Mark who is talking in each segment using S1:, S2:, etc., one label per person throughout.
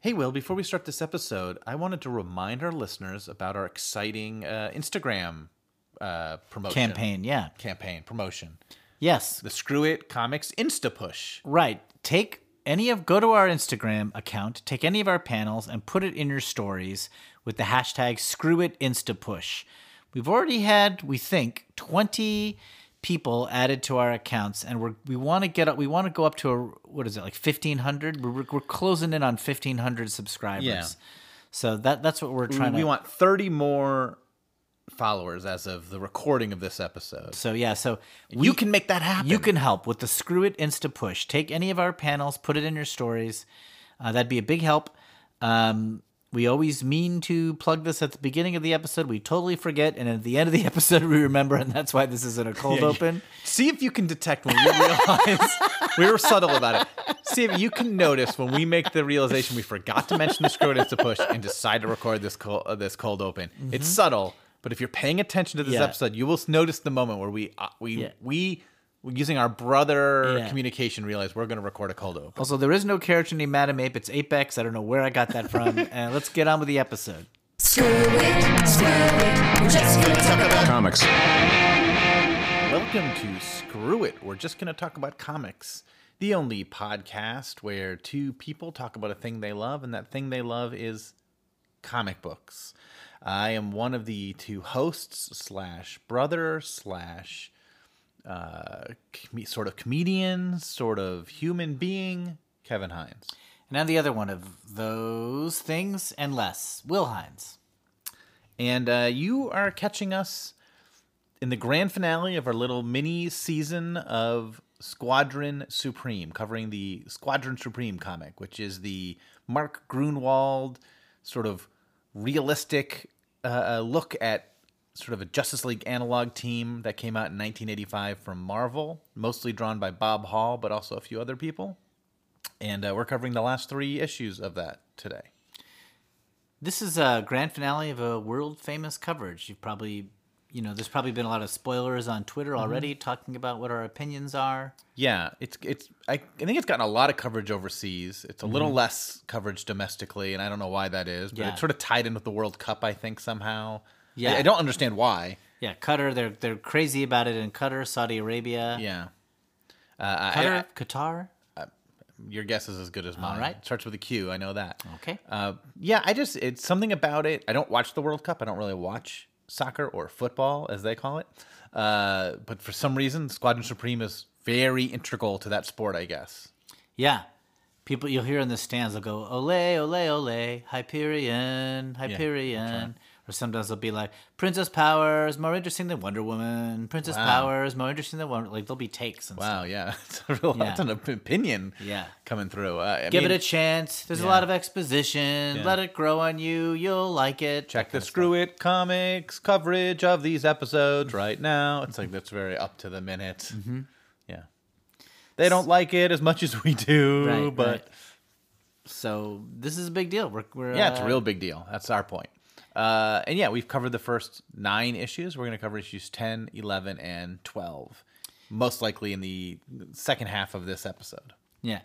S1: Hey, Will, before we start this episode, I wanted to remind our listeners about our exciting uh, Instagram uh, promotion.
S2: Campaign, yeah.
S1: Campaign, promotion.
S2: Yes.
S1: The Screw It Comics Insta Push.
S2: Right. Take any of go to our Instagram account, take any of our panels and put it in your stories with the hashtag screw it instapush. We've already had, we think, 20 people added to our accounts and we're, we want to get up we want to go up to a what is it like 1500 we're, we're closing in on 1500 subscribers
S1: Yeah. Mm,
S2: so that that's what we're trying
S1: we
S2: to
S1: want 30 more followers as of the recording of this episode.
S2: so yeah so
S1: you can make that happen.
S2: You can help with the Screw It Insta Push. Take any of our panels, put it in your stories. Uh, that'd be a big help. Um, we always mean to plug this at the beginning of the episode. We totally forget, and at the end of the episode, we remember, and that's why this isn't a cold open.
S1: See if you can detect when we realize we were subtle about it. See if you can notice when we make the realization we forgot to mention the screw it to push and decide to record this cold, uh, this cold open. It's subtle, but if you're paying attention to this
S2: Mm-hmm. Yeah.
S1: episode, you will s- notice the moment where we uh, we
S2: Yeah.
S1: we we're using our brother
S2: Yeah.
S1: communication realize we're going to record a cold open.
S2: Also, there is no character named Madame Ape. It's Apex. I don't know where I got that from. uh, let's get on with the episode.
S3: Screw it, screw it, we're just gonna talk about
S4: comics.
S1: Welcome to Screw It. We're just going to talk about comics, the only podcast where two people talk about a thing they love, and that thing they love is comic books. I am one of the two hosts slash brother slash uh, com- sort of comedian, sort of human being, Kevin Hines.
S2: And I'm the other one of those things and less. Will Hines.
S1: And uh, you are catching us in the grand finale of our little mini season of Squadron Supreme, covering the Squadron Supreme comic, which is the Mark Grunwald sort of realistic uh, uh, look at sort of a Justice League analog team that came out in 1985 from Marvel, mostly drawn by Bob Hall, but also a few other people. And uh, we're covering the last three issues of that today.
S2: This is a grand finale of a world famous coverage. You've probably, you know, there's probably been a lot of spoilers on Twitter
S1: Mm-hmm.
S2: already talking about what our opinions are.
S1: Yeah, it's it's I, I think it's gotten a lot of coverage overseas. It's
S2: Mm-hmm.
S1: a little less coverage domestically, and I don't know why that is, but
S2: Yeah.
S1: it's sort of tied in with the World Cup, I think somehow.
S2: Yeah.
S1: I, I don't understand why.
S2: Yeah, Qatar, they're they're crazy about it in Qatar, Saudi Arabia,
S1: Yeah, uh, I- I-
S2: Qatar, Qatar.
S1: your guess is as good as mine.
S2: right.
S1: It starts with a Q. I know that.
S2: Okay.
S1: Uh, yeah, I just it's something about it. I don't watch the World Cup. I don't really watch soccer or football as they call it. Uh, but for some reason, Squadron Supreme is very integral to that sport. I guess.
S2: yeah, people you'll hear in the stands they'll go ole ole ole Hyperion Hyperion, or sometimes they'll be like Princess Power is more interesting than Wonder Woman. Princess
S1: Wow.
S2: Power is more interesting than Wonder. Like there'll be takes and stuff.
S1: Wow, yeah, it's a real
S2: Yeah.
S1: that's an op- opinion.
S2: Yeah.
S1: coming through. Uh, I
S2: Give
S1: mean,
S2: it a chance. There's
S1: Yeah.
S2: a lot of exposition. Let it grow on you. You'll like it.
S1: check the Screw It Comics coverage of these episodes
S2: Mm-hmm.
S1: right now. It's like that's very up to the minute. Mm-hmm. Yeah, they don't like it as much as we do,
S2: Right,
S1: but
S2: right. So this is a big deal. We're, we're
S1: yeah, it's a
S2: uh,
S1: real big deal. That's our point. Uh, and yeah, we've covered the first nine issues. We're going to cover issues 10, 11, and 12, most likely in the second half of this episode.
S2: Yeah,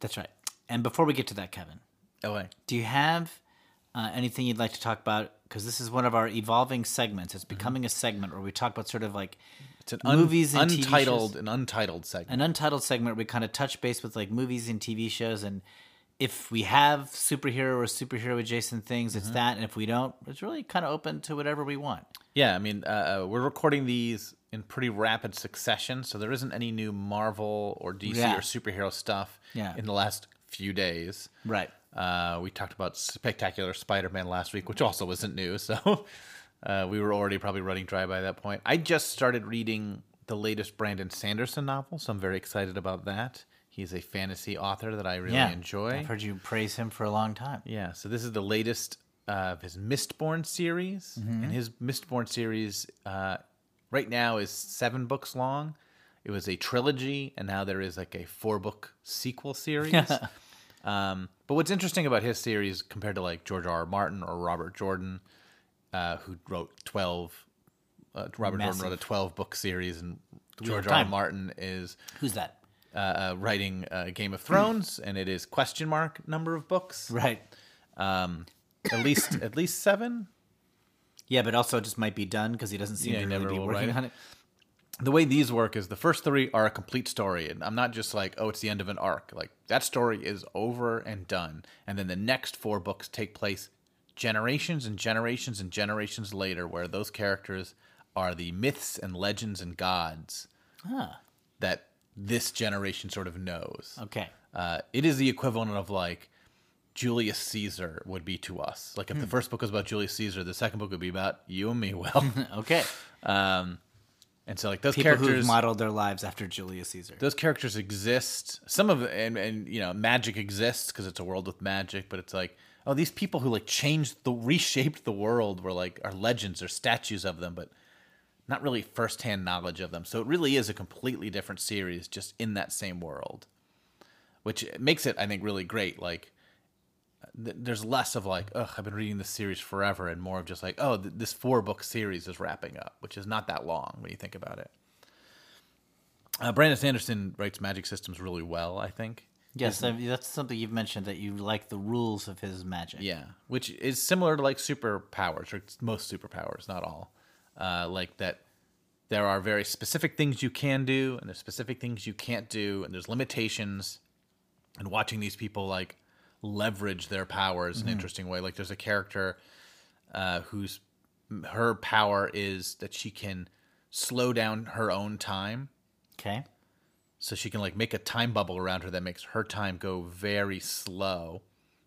S2: that's right. And before we get to that, Kevin,
S1: Oh, wait.
S2: do you have uh, anything you'd like to talk about? Because this is one of our evolving segments. It's becoming a segment where we talk about sort of like
S1: It's an Mm-hmm. un-
S2: Movies and TV shows.
S1: untitled, an untitled segment.
S2: an untitled segment. We kind of touch base with like movies and TV shows, and if we have superhero or superhero adjacent things, it's
S1: Mm-hmm.
S2: that. And if we don't, it's really kind of open to whatever we want.
S1: Yeah, I mean, uh, uh, we're recording these in pretty rapid succession, so there isn't any new Marvel or DC
S2: Yeah.
S1: or superhero stuff
S2: Yeah.
S1: in the last few days.
S2: Right.
S1: Uh, we talked about Spectacular Spider Man last week, which also isn't new, so uh, we were already probably running dry by that point. I just started reading the latest Brandon Sanderson novel, so I'm very excited about that. He's a fantasy author that I really
S2: yeah.
S1: enjoy.
S2: I've heard you praise him for a long time.
S1: Yeah, so this is the latest uh, of his Mistborn series,
S2: Mm-hmm.
S1: and his Mistborn series uh, right now is seven books long. It was a trilogy, and now there is like a four book sequel series. um, but what's interesting about his series compared to like George R. R. Martin or Robert Jordan, uh, who wrote twelve, uh, Robert Jordan
S2: Massive.
S1: wrote a twelve book series, and
S2: have
S1: George R. R.
S2: time.
S1: Martin is
S2: Who's that?
S1: uh, uh, writing uh, Game of Thrones, and it is question mark number of books.
S2: Right.
S1: At least at least seven.
S2: Yeah, but also it just might be done because he doesn't seem
S1: Yeah,
S2: to
S1: he
S2: really
S1: never
S2: be
S1: will
S2: working
S1: write
S2: on it.
S1: The way these work is the first three are a complete story, and I'm not just like, oh, it's the end of an arc. Like that story is over and done, and then the next four books take place generations and generations and generations later, where those characters are the myths and legends and gods that this generation sort of knows.
S2: Okay.
S1: uh, it is the equivalent of like Julius Caesar would be to us. Like if the first book was about Julius Caesar, the second book would be about you and me, Will.
S2: Okay.
S1: and so like those
S2: People who've
S1: characters,
S2: modeled their lives after Julius Caesar.
S1: those characters exist. Some of and and you know magic exists because it's a world with magic, but it's like oh these people who like changed the reshaped the world were like are legends or statues of them, but not really firsthand knowledge of them. So it really is a completely different series, just in that same world, which makes it I think really great. Like th- there's less of like ugh I've been reading this series forever, and more of just like oh th- this four book series is wrapping up, which is not that long when you think about it. Uh, Brandon Sanderson writes magic systems really well, I think.
S2: yes, I mean, that's something you've mentioned that you like the rules of his magic.
S1: Yeah, which is similar to like superpowers or most superpowers, not all. Uh, like that, there are very specific things you can do, and there's specific things you can't do, and there's limitations. And watching these people like leverage their powers in an interesting way. Like there's a character uh, whose her power is that she can slow down her own time.
S2: Okay.
S1: so she can like make a time bubble around her that makes her time go very slow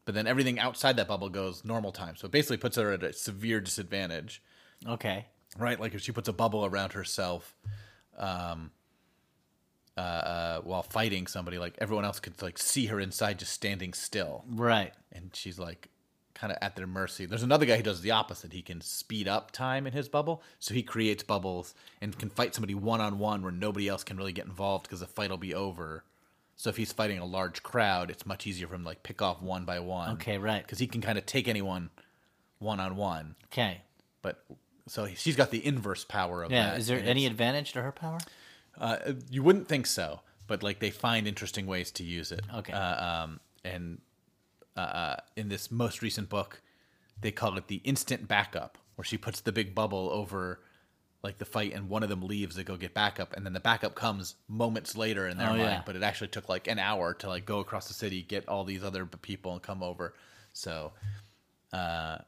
S1: but then everything outside that bubble goes normal time so it basically puts her at a severe disadvantage
S2: Okay.
S1: right like if she puts a bubble around herself um uh, uh while fighting somebody like everyone else could like see her inside just standing still
S2: Right.
S1: and she's like kind of at their mercy. There's another guy who does the opposite. He can speed up time in his bubble, so he creates bubbles and can fight somebody one on one where nobody else can really get involved because the fight will be over. So if he's fighting a large crowd, it's much easier for him to like pick off one by one.
S2: Okay, right.
S1: Because he can kind of take anyone one on one.
S2: Okay.
S1: But so she's got the inverse power of
S2: Yeah.
S1: that.
S2: Is there
S1: Uh, and
S2: any
S1: it's-
S2: advantage to her power?
S1: uh, you wouldn't think so, but like they find interesting ways to use it.
S2: Okay.
S1: Uh, um, and uh, in this most recent book, they call it the instant backup, where she puts the big bubble over like the fight, and one of them leaves to go get backup, and then the backup comes moments later in their
S2: Oh,
S1: mind.
S2: yeah.
S1: But it actually took like an hour to like go across the city, get all these other b- people, and come over. So. Uh,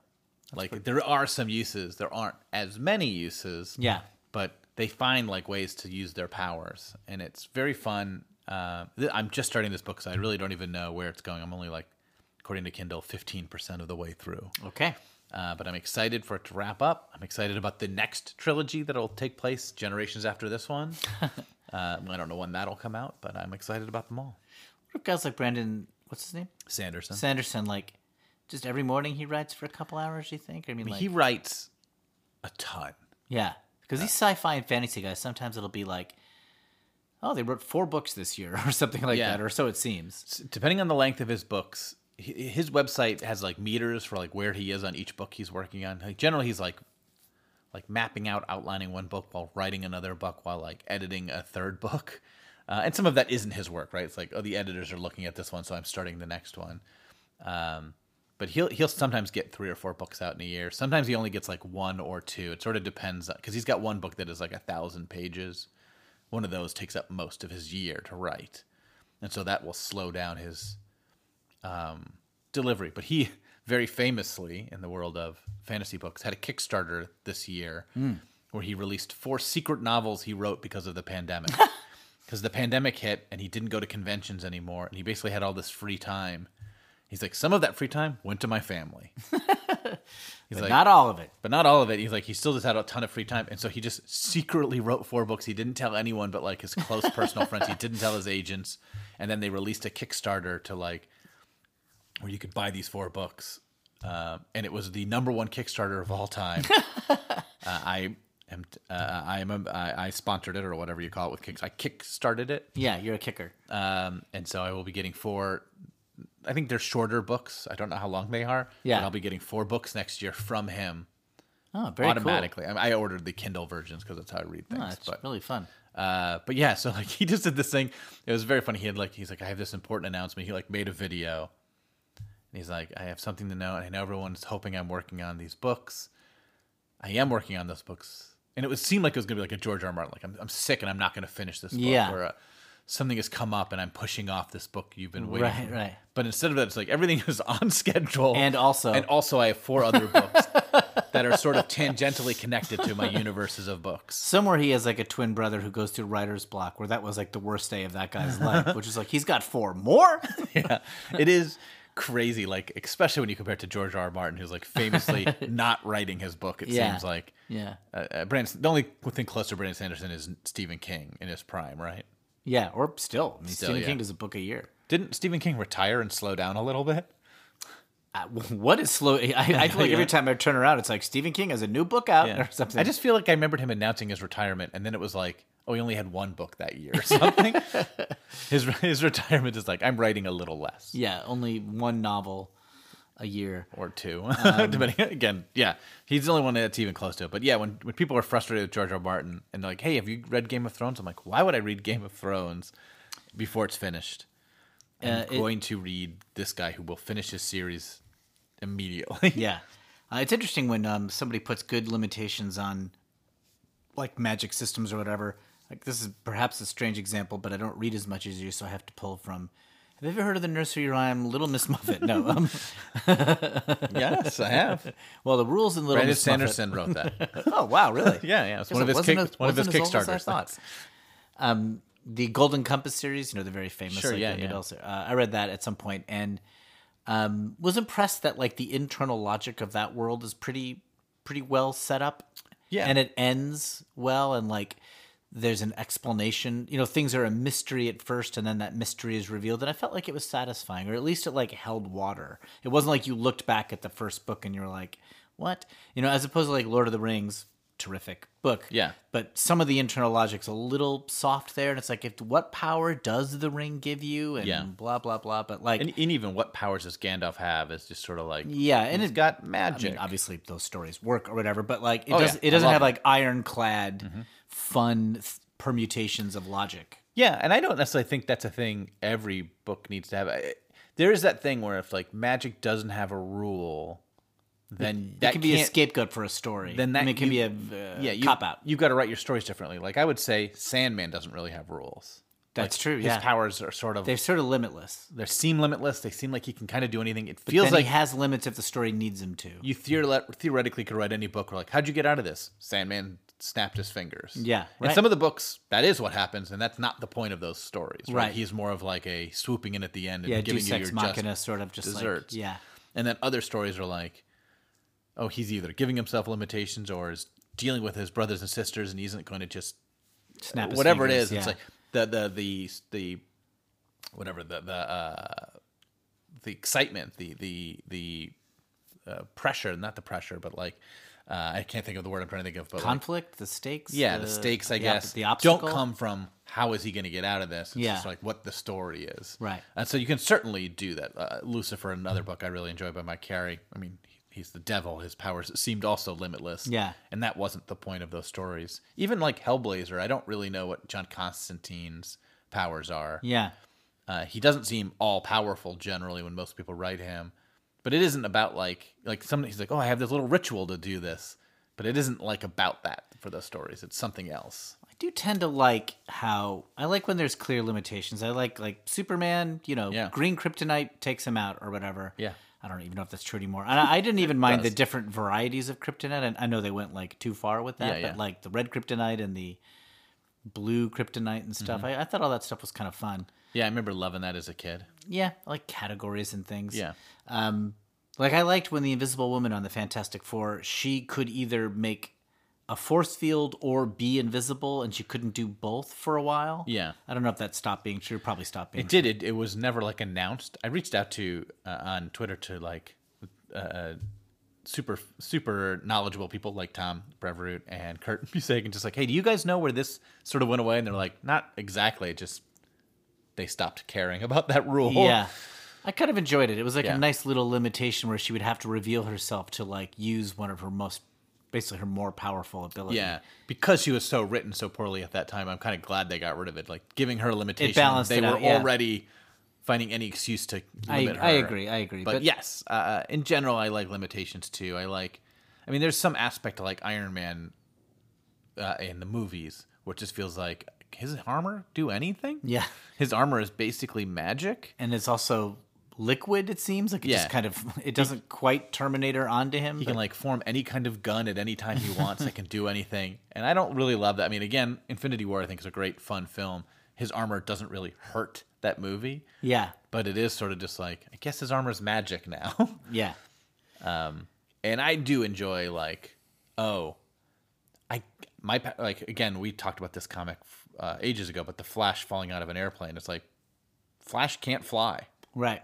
S1: like there are some uses, there aren't as many uses
S2: Yeah.
S1: but they find like ways to use their powers and it's very fun uh, th- i'm just starting this book so i really don't even know where it's going i'm only like according to kindle 15% of the way through
S2: Okay.
S1: uh, but i'm excited for it to wrap up i'm excited about the next trilogy that'll take place generations after this one uh, i don't know when that'll come out but i'm excited about them all
S2: What if guys like Brandon, what's his name?
S1: sanderson
S2: Sanderson, like, just every morning he writes for a couple hours, you think? I mean, like,
S1: he writes a ton
S2: yeah. Because these sci fi and fantasy guys, sometimes it'll be like, oh, they wrote four books this year or something like
S1: Yeah.
S2: that, or so it seems.
S1: S- depending on the length of his books hi- his website has like meters for like where he is on each book he's working on like generally he's like like mapping out outlining one book while writing another book while like editing a third book uh, and some of that isn't his work right it's like oh the editors are looking at this one so i'm starting the next one um, but he'll he'll sometimes get three or four books out in a year sometimes he only gets like one or two it sort of depends because he's got one book that is like a thousand pages one of those takes up most of his year to write and so that will slow down his um, delivery. But he very famously, in the world of fantasy books, had a Kickstarter this year where he released four secret novels he wrote because of the pandemic. Because the pandemic hit and he didn't go to conventions anymore, and he basically had all this free time. He's like, some of that free time went to my family,
S2: But
S1: like-
S2: not all of it.
S1: but not all of it. He's like, he still just had a ton of free time, and so he just secretly wrote four books. He didn't tell anyone but like his close personal friends. He didn't tell his agents, and then they released a Kickstarter to like where you could buy these four books, Um and it was the number one Kickstarter of all time. uh, I am uh, I am I, I sponsored it or whatever you call it with kicks. I kickstarted it,
S2: Yeah, you're a kicker.
S1: um, and so I will be getting four. I think they're shorter books. I don't know how long they are.
S2: Yeah.
S1: but I'll be getting four books next year from him
S2: Oh, very
S1: automatically. I, I ordered the Kindle versions because that's how I read things.
S2: cool. Oh, that's
S1: but
S2: really fun.
S1: Uh, but yeah, so like he just did this thing. It was very funny. He had like he's like I have this important announcement. He like made a video, and he's like I have something to know. And I know everyone's hoping I'm working on these books. I am working on those books, and it would seem like it was gonna be like a George R. R. Martin. Like I'm, I'm sick and I'm not gonna finish this. book.
S2: Yeah.
S1: Or uh, something has come up and I'm pushing off this book you've been waiting.
S2: Right,
S1: for.
S2: right.
S1: But instead of that, it's like everything is on schedule.
S2: And also-
S1: and also I have four other books that are sort of tangentially connected to my universes of books.
S2: Somewhere he has like a twin brother who goes through writer's block, where that was like the worst day of that guy's life, which is like he's got four more.
S1: yeah, it is crazy. Like especially when you compare it to George R. R. Martin, who's like famously not writing his book. It
S2: Yeah.
S1: seems like
S2: yeah,
S1: uh, uh, Brandon. The only thing close to Brandon Sanderson is Stephen King in his prime, right?
S2: yeah, or still, I mean,
S1: Still,
S2: Stephen
S1: yeah.
S2: King does a book a year.
S1: Didn't Stephen King retire and slow down a little bit?
S2: Uh, what is slow? I, I feel like
S1: Yeah.
S2: every time I turn around, it's like Stephen King has a new book out or something.
S1: I just feel like I remembered him announcing his retirement, and then it was like, oh, he only had one book that year or something. his his retirement is like, I'm writing a little less.
S2: yeah, only one novel a year.
S1: or two,
S2: Um,
S1: depending. Again, yeah, he's the only one that's even close to it. But yeah, when when people are frustrated with George R. R. Martin and they're like, "Hey, have you read Game of Thrones?" I'm like, "Why would I read Game of Thrones before it's finished? I'm
S2: Uh, it-
S1: going to read this guy who will finish his series immediately."
S2: Yeah, uh, it's interesting when um, somebody puts good limitations on like magic systems or whatever. Like this is perhaps a strange example, but I don't read as much as you, so I have to pull from. Have you ever heard of the nursery rhyme Little Miss Muffet? No. Um,
S1: yes, I have.
S2: well, the rules in Little
S1: Brandon
S2: Miss
S1: Sanderson wrote that.
S2: Muffet. Oh wow, really?
S1: Yeah, yeah, it's
S2: Guess
S1: one of
S2: it
S1: his
S2: wasn't
S1: kick,
S2: as-
S1: one of his
S2: wasn't as old as I
S1: Kickstarters.
S2: thought. Um, the Golden Compass series, you know, the very famous.
S1: Sure,
S2: like,
S1: yeah,
S2: young
S1: yeah.
S2: adults, Uh, I read that at some point and um, was impressed that like the internal logic of that world is pretty pretty well set up.
S1: Yeah.
S2: and it ends well, and like there's an explanation. You know, things are a mystery at first, and then that mystery is revealed. And I felt like it was satisfying, or at least it like held water. It wasn't like you looked back at the first book and you were like, "What?" You know, as opposed to like Lord of the Rings. Terrific book
S1: Yeah.
S2: but some of the internal logic's a little soft there and it's like if what power does the ring give you and
S1: Yeah.
S2: blah blah blah but like
S1: And, and even what powers does Gandalf have is just sort of like
S2: yeah and
S1: he's
S2: it
S1: got
S2: I mean,
S1: magic.
S2: obviously those stories work or whatever but like it
S1: Oh, yeah.
S2: doesn't it
S1: I
S2: doesn't
S1: love
S2: have
S1: it. Mm-hmm.
S2: like ironclad fun th- permutations of logic
S1: Yeah, and I don't necessarily think that's a thing every book needs to have. I- There is that thing where if like magic doesn't have a rule, then
S2: that
S1: that
S2: can be a
S1: can't-
S2: scapegoat for a story
S1: Then that
S2: I mean, it can
S1: you-
S2: be a uh,
S1: Yeah, you,
S2: cop out
S1: You've got to write your stories differently. Like I would say, Sandman doesn't really have rules.
S2: That's true,
S1: His
S2: yeah.
S1: powers are sort of
S2: they're
S1: they
S2: sort of limitless
S1: seem limitless. They seem like he can kind of do anything. It feels
S2: then
S1: like
S2: he has limits if the story needs him to
S1: you theorele- theoretically could write any book. Where like, how'd you get out of this? Sandman snapped his fingers.
S2: Yeah,
S1: And
S2: right.
S1: some of the books, that is what happens, and that's not the point of those stories. Right.
S2: Right.
S1: He's more of like a swooping in at the end and
S2: yeah
S1: giving
S2: Deus
S1: you
S2: Ex
S1: your
S2: Machina
S1: just
S2: sort of just
S1: desserts.
S2: like yeah
S1: And then other stories are like, oh, he's either giving himself limitations or is dealing with his brothers and sisters, and he isn't going to just
S2: snap his
S1: whatever
S2: fingers,
S1: it is.
S2: yeah.
S1: It's like the the the the whatever the the uh, the excitement, the the the uh, pressure, not the pressure, but like uh, I can't think of the word I'm trying to think of, but like,
S2: conflict, the stakes.
S1: yeah, the stakes, I
S2: the op-
S1: guess,
S2: the obstacle.
S1: don't come from how is he going to get out of this. It's
S2: Yeah.
S1: just like what the story is,
S2: Right.
S1: And so you can certainly do that. Uh, Lucifer, another book I really enjoy by Mike Carey. I mean, he- he's the devil. His powers seemed also limitless.
S2: Yeah.
S1: and that wasn't the point of those stories. Even like Hellblazer, I don't really know what John Constantine's powers are.
S2: Yeah,
S1: Uh, he doesn't seem all powerful generally when most people write him, but it isn't about like like some. He's like, oh, I have this little ritual to do this, but it isn't like about that for those stories. It's something else.
S2: I do tend to like how I like when there's clear limitations. I like like Superman. You know,
S1: Yeah.
S2: green kryptonite takes him out or whatever.
S1: Yeah.
S2: I don't even know if that's true anymore. And I, I didn't even mind the different varieties of kryptonite. And I know they went like too far with that,
S1: Yeah, yeah.
S2: but like the red kryptonite and the blue kryptonite and stuff.
S1: Mm-hmm.
S2: I, I thought all that stuff was kind of fun.
S1: Yeah, I remember loving that as a kid.
S2: Yeah, I like categories and things.
S1: Yeah.
S2: Um, like I liked when the Invisible Woman on the Fantastic Four, she could either make a force field or be invisible, and she couldn't do both for a while.
S1: Yeah.
S2: I don't know if that stopped being true. Probably stopped being.
S1: It did. It, it was never like announced. I reached out to uh, on Twitter to like uh, super super knowledgeable people like Tom Brevoort and Kurt Busiek and just like, hey, do you guys know where this sort of went away? And they're like, not exactly. It just they stopped caring about that rule.
S2: Yeah. I kind of enjoyed it. It was like
S1: Yeah.
S2: a nice little limitation where she would have to reveal herself to like use one of her most basically her more powerful ability.
S1: Yeah, because she was so written so poorly at that time, I'm kind of glad they got rid of it. Like giving her limitation,
S2: balanced
S1: they
S2: it
S1: were
S2: out, yeah.
S1: already finding any excuse to
S2: I,
S1: limit her.
S2: I agree. I agree.
S1: But, yes, uh, in general, I like limitations too. I like, I mean, there's some aspect to like Iron Man uh, in the movies, which just feels like his armor do anything.
S2: Yeah.
S1: his armor is basically magic.
S2: and it's also liquid. It seems like it
S1: Yeah.
S2: just kind of it doesn't quite Terminator onto him.
S1: He
S2: but-
S1: can like form any kind of gun at any time he wants. that can do anything, and I don't really love that. I mean, again, Infinity War I think is a great fun film. His armor doesn't really hurt that movie,
S2: yeah,
S1: but it is sort of just like I guess his armor's magic now.
S2: yeah,
S1: and I do enjoy like, oh, I my pa- like again we talked about this comic uh, ages ago, but the Flash falling out of an airplane. It's like, Flash can't fly.
S2: right.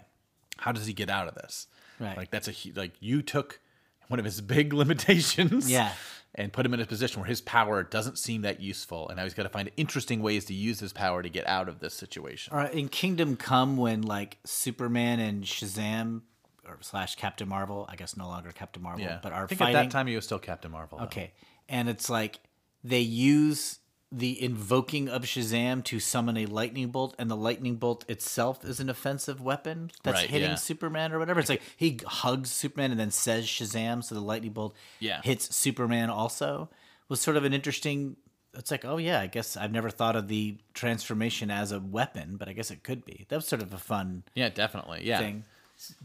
S1: How does he get out of this?
S2: Right.
S1: Like that's a hu- like you took one of his big limitations.
S2: Yeah.
S1: And put him in a position where his power doesn't seem that useful, and now he's got to find interesting ways to use his power to get out of this situation.
S2: Or in Kingdom Come, when like Superman and Shazam or slash Captain Marvel, I guess no longer Captain Marvel,
S1: Yeah.
S2: but are
S1: I think
S2: fighting.
S1: at that time he was still Captain Marvel. though.
S2: Okay. And it's like they use the invoking of Shazam to summon a lightning bolt, and the lightning bolt itself is an offensive weapon that's
S1: Right,
S2: hitting
S1: yeah.
S2: Superman or whatever. It's like he hugs Superman and then says Shazam, so the lightning bolt
S1: Yeah.
S2: hits Superman also. Was sort of an interesting. It's like, oh yeah, I guess I've never thought of the transformation as a weapon, but I guess it could be. That was sort of a fun
S1: Yeah, definitely. Yeah.
S2: thing.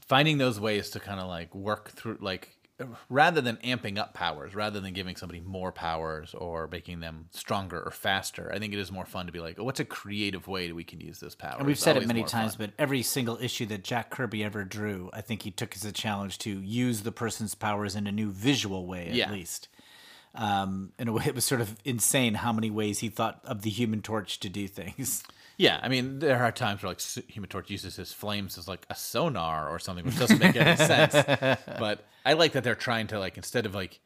S1: finding those ways to kind of like work through like rather than amping up powers rather than giving somebody more powers or making them stronger or faster i think it is more fun to be like oh, what's a creative way that we can use this power
S2: And we've
S1: It's
S2: said it
S1: always
S2: many
S1: more
S2: times,
S1: fun.
S2: but every single issue that Jack Kirby ever drew, I think he took as a challenge to use the person's powers in a new visual way, at
S1: Yeah.
S2: least. Um, in a way, it was sort of insane how many ways he thought of the Human Torch to do things.
S1: yeah i mean there are times where like S- human torch uses his flames as like a sonar or something which doesn't make any sense but i like that they're trying to like instead of like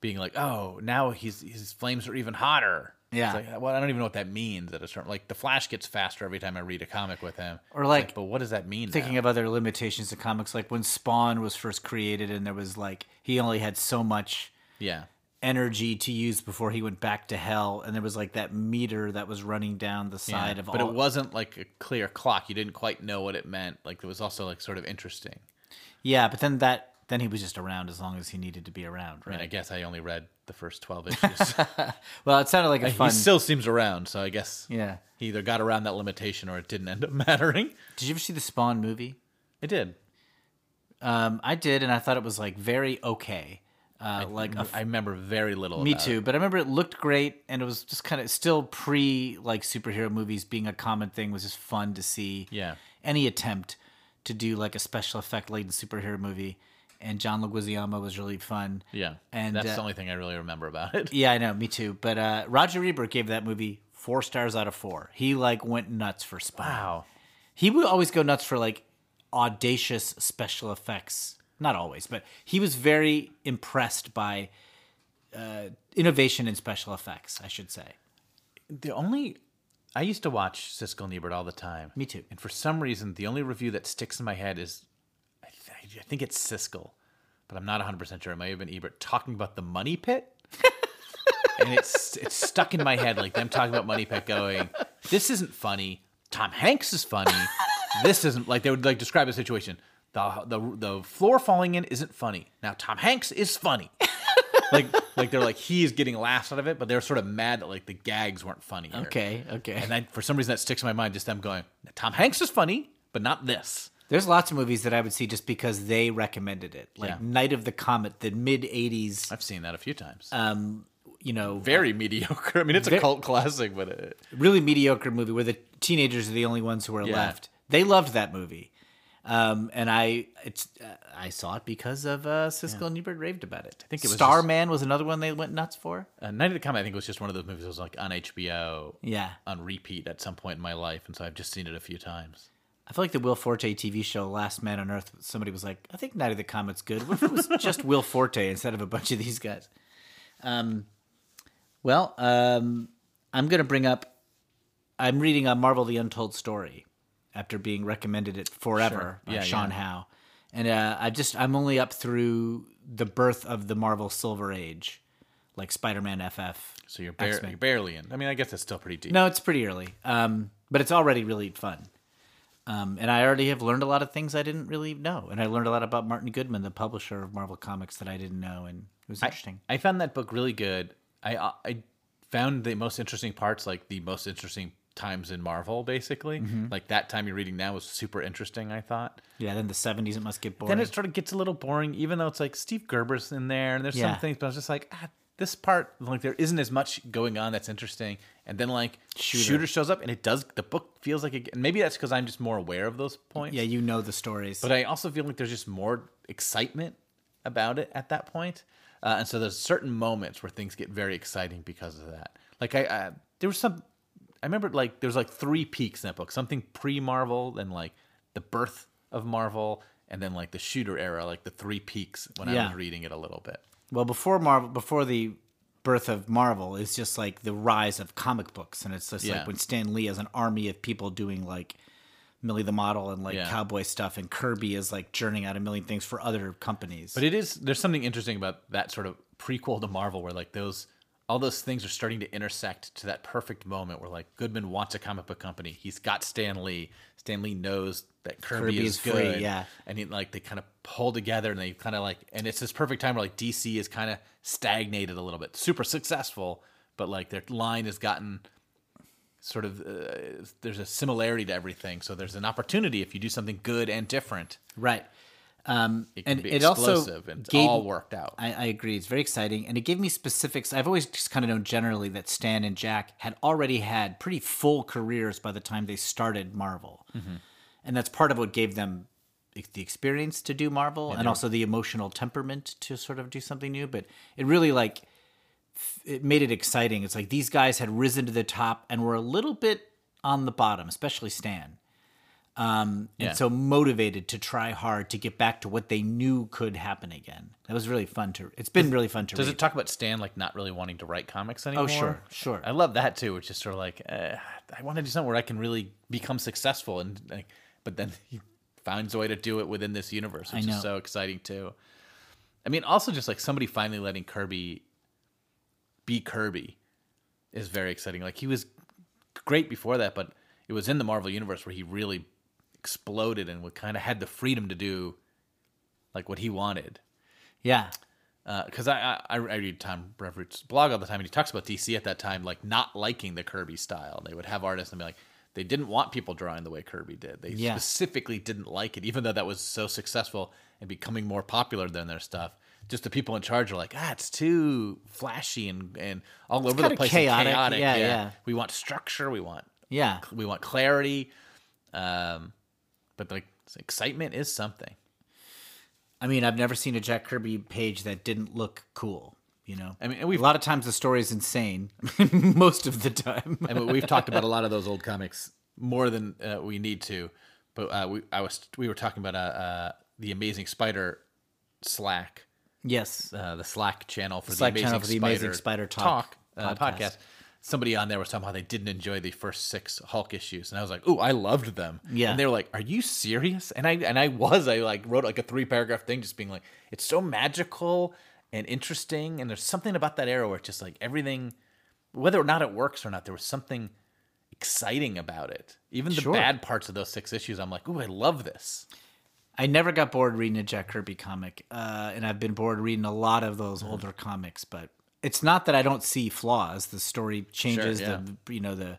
S1: being like oh now he's his flames are even hotter it's
S2: Yeah.
S1: like, uh, well i don't even know what that means at a certain like the flash gets faster every time i read a comic with him
S2: Or
S1: It's
S2: like-
S1: but what does that mean now?
S2: Thinking of other limitations to comics, like when Spawn was first created, and there was like he only had so much
S1: Yeah.
S2: energy to use before he went back to hell, and there was like that meter that was running down the side of
S1: but
S2: all.
S1: it wasn't like a clear clock. You didn't quite know what it meant. Like it was also like sort of interesting.
S2: yeah, but then that then he was just around as long as he needed to be around,
S1: I
S2: right?
S1: mean, I guess I only read the first twelve issues.
S2: Well, it sounded like a
S1: he
S2: fun.
S1: still seems around, so I guess
S2: yeah.
S1: he either got around that limitation or it didn't end up mattering.
S2: Did you ever see the Spawn movie?
S1: It did.
S2: Um, I did, and I thought it was like very okay. Uh, like a
S1: I remember very little.
S2: Me
S1: about
S2: too,
S1: It.
S2: but I remember it looked great, and it was just kind of still pre like superhero movies being a common thing was just fun to see.
S1: Yeah.
S2: any attempt to do like a special effect laden superhero movie, and John Leguizamo was really fun.
S1: Yeah,
S2: and
S1: that's
S2: uh,
S1: the only thing I really remember about it.
S2: yeah, I know, me too. But uh, Roger Ebert gave that movie four stars out of four. He like went nuts for Spawn.
S1: Wow.
S2: He would always go nuts for like audacious special effects. Not always, but he was very impressed by uh, innovation in special effects, I should say.
S1: The only I used to watch Siskel and Ebert all the time.
S2: Me too.
S1: And for some reason, the only review that sticks in my head is I, th- I think it's Siskel, but I'm not 100 percent sure. It might have been Ebert talking about the Money Pit. and it's it's stuck in my head like them talking about Money Pit, going, "This isn't funny. Tom Hanks is funny. This isn't like they would like describe a situation. The the the floor falling in isn't funny. Now Tom Hanks is funny." like, like they're like he is getting laughs out of it, but they're sort of mad that like the gags weren't funny. here.
S2: Okay, okay.
S1: And I, for some reason, that sticks in my mind. Just them going, Tom Hanks is funny, but not this.
S2: There's lots of movies that I would see just because they recommended it, like
S1: Yeah.
S2: Night of the Comet, the mid '80s.
S1: I've seen that a few times.
S2: Uh, You know,
S1: very mediocre. I mean, it's
S2: Ver-
S1: a cult classic, but it,
S2: really mediocre movie where the teenagers are the only ones who are
S1: Yeah.
S2: left. They loved that movie, um, and I it's uh, I saw it because of uh, Siskel and Ebert raved about it. I
S1: think it was
S2: Starman was another one they went nuts for.
S1: uh, Night of the Comet, I think, was just one of those movies that was like on HBO
S2: Yeah,
S1: on repeat at some point in my life, and so I've just seen it a few times.
S2: I feel like the Will Forte TV show Last Man on Earth. Somebody was like, "I think Night of the Comet's good." What if it was just Will Forte instead of a bunch of these guys? Um, well, um, I'm going to bring up. I'm reading a Marvel: The Untold Story after being recommended it forever by
S1: Yeah,
S2: Sean
S1: yeah.
S2: Howe, and uh, I just I'm only up through the birth of the Marvel Silver Age, like Spider-Man FF.
S1: So you're, bar-
S2: X-Men.
S1: you're barely in. I mean, I guess it's still pretty deep.
S2: No, it's pretty early, um, but it's already really fun. Um, and I already have learned a lot of things I didn't really know, and I learned a lot about Martin Goodman, the publisher of Marvel Comics, that I didn't know, and it was interesting.
S1: I found that book really good. I uh, I found the most interesting parts like the most interesting times in Marvel, basically.
S2: Mm-hmm.
S1: Like that time you're reading now was super interesting. I thought.
S2: yeah, then the '70s, it must get boring.
S1: Then it sort of gets a little boring, even though it's like Steve Gerber's in there and there's
S2: Yeah.
S1: some things, but I was just like, ah, this part like there isn't as much going on that's interesting. And then like
S2: Shooter.
S1: Shooter, shows up and it does the book feels like it, and maybe that's because I'm just more aware of those points.
S2: yeah, you know the stories.
S1: But I also feel like there's just more excitement about it at that point. Uh, and so there's certain moments where things get very exciting because of that. Like I, I there was some, I remember like there was like three peaks in that book. Something pre-Marvel, then like the birth of Marvel, and then like the shooter era, like the three peaks when I
S2: Yeah.
S1: was reading it a little bit.
S2: well, before Marvel, before the birth of Marvel, it's just like the rise of comic books, and it's just
S1: Yeah.
S2: like when Stan Lee has an army of people doing like Millie the Model and like
S1: Yeah.
S2: cowboy stuff, and Kirby is like churning out a million things for other companies.
S1: But it is there's something interesting about that sort of prequel to Marvel where like those all those things are starting to intersect to that perfect moment where like Goodman wants a comic book company. He's got Stan Lee. Stan Lee knows that Kirby,
S2: Kirby
S1: is,
S2: is free,
S1: good.
S2: yeah.
S1: And he like they kind of pull together and they kind of like and it's this perfect time where like DC is kind of stagnated a little bit. Super successful, but like their line has gotten sort of uh, there's a similarity to everything. So there's an opportunity if you do something good and different.
S2: Right. Um,
S1: It can
S2: and
S1: be
S2: it
S1: explosive
S2: also
S1: and it's
S2: gave,
S1: all worked out.
S2: I, I agree. It's very exciting, and it gave me specifics. I've always just kind of known generally that Stan and Jack had already had pretty full careers by the time they started Marvel, and that's part of what gave them ex- the experience to do Marvel, and also the emotional temperament to sort of do something new. But it really like f- it made it exciting. It's like these guys had risen to the top and were a little bit on the bottom, especially Stan Um,
S1: Yeah.
S2: and so motivated to try hard to get back to what they knew could happen again. That was really fun to. It's been really fun to
S1: Does
S2: read.
S1: it talk about Stan like not really wanting to write comics anymore?
S2: Oh, sure, sure.
S1: I love that too, which is sort of like uh, I want to do something where I can really become successful, and like, but then he finds a way to do it within this universe, which
S2: know.
S1: is so exciting too. I mean, also just like somebody finally letting Kirby be Kirby is very exciting. Like he was great before that, but it was in the Marvel universe where he really exploded and would kind of had the freedom to do like what he wanted
S2: yeah,
S1: because Uh, I, I I read Tom Brevoort's blog all the time, and he talks about DC at that time like not liking the Kirby style. They would have artists and be like, they didn't want people drawing the way Kirby did. They
S2: Yeah.
S1: specifically didn't like it, even though that was so successful and becoming more popular than their stuff. Just the people in charge are like, ah, it's too flashy and and all over the
S2: kinda
S1: place, And
S2: chaotic.
S1: chaotic.
S2: Yeah, yeah.
S1: We want structure. We want
S2: yeah.
S1: we want clarity. Um, but like excitement is something.
S2: I mean, I've never seen a Jack Kirby page that didn't look cool. You know,
S1: I mean, and we've-
S2: a lot of times the story is insane, most of the time.
S1: I mean, we've talked about a lot of those old comics more than uh, we need to, but uh, we I was we were talking about uh, uh, the Amazing Spider Slack,
S2: yes,
S1: uh, the Slack channel for
S2: Slack
S1: the Amazing
S2: channel for the
S1: Spider,
S2: Amazing Spider Talk
S1: uh,
S2: podcast.
S1: podcast. Somebody on there was talking how they didn't enjoy the first six Hulk issues, and I was like, "Ooh, I loved them."
S2: Yeah.
S1: and they were like, "Are you serious?" And I and I was. I like wrote like a three paragraph thing, just being like, "It's so magical and interesting," and there's something about that era where it's just like everything, whether or not it works or not, there was something exciting about it. Even the
S2: Sure.
S1: bad parts of those six issues, I'm like, "Ooh, I love this."
S2: I never got bored reading a Jack Kirby comic, uh, and I've been bored reading a lot of those older comics. But it's not that I don't see flaws. The story changes. The you know the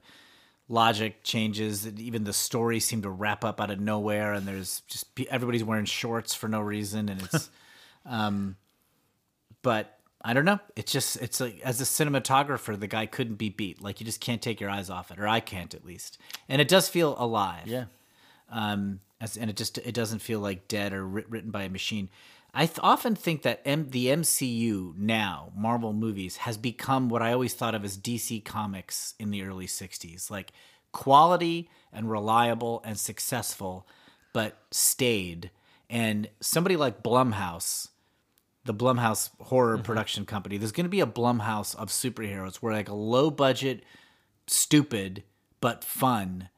S2: logic changes. and Even the stories seem to wrap up out of nowhere, and there's just pe- everybody's wearing shorts for no reason, and it's. um, but I don't know. It's just it's like as a cinematographer, the guy couldn't be beat. Like you just can't take your eyes off it, or I can't at least. And it does feel alive um, as, and it just it doesn't feel like dead or writ- written by a machine. I th- often think that M- the MCU now, Marvel movies, has become what I always thought of as DC Comics in the early '60s, like quality and reliable and successful, but stayed. And somebody like Blumhouse, the Blumhouse horror
S1: Mm-hmm.
S2: production company, there's going to be a Blumhouse of superheroes where like a low budget, stupid but fun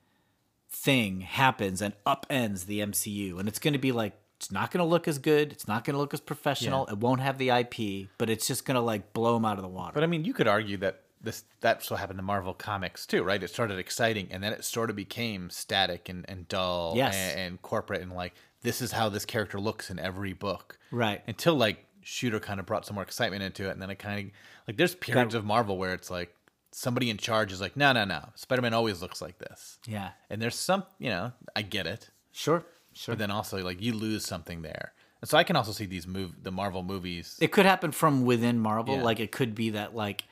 S2: thing happens and upends the MCU, and it's going to be like It's not going to look as good. It's not going to look as professional. It won't have the IP, but it's just going to like blow them out of the water.
S1: But I mean, you could argue that this that's what happened to Marvel Comics too, right? It started exciting, and then it sort of became static and, and dull,
S2: Yes.
S1: and, and corporate, and like this is how this character looks in every book,
S2: Right.
S1: Until like Shooter kind of brought some more excitement into it, and then it kind of like there's periods of Marvel where it's like somebody in charge is like, no, no, no, Spider Man always looks like this,
S2: yeah.
S1: and there's some, you know, I get it,
S2: Sure. Sure.
S1: but then also like you lose something there, and so I can also see these move the Marvel movies,
S2: it could happen from within Marvel.
S1: Yeah.
S2: Like it could be that like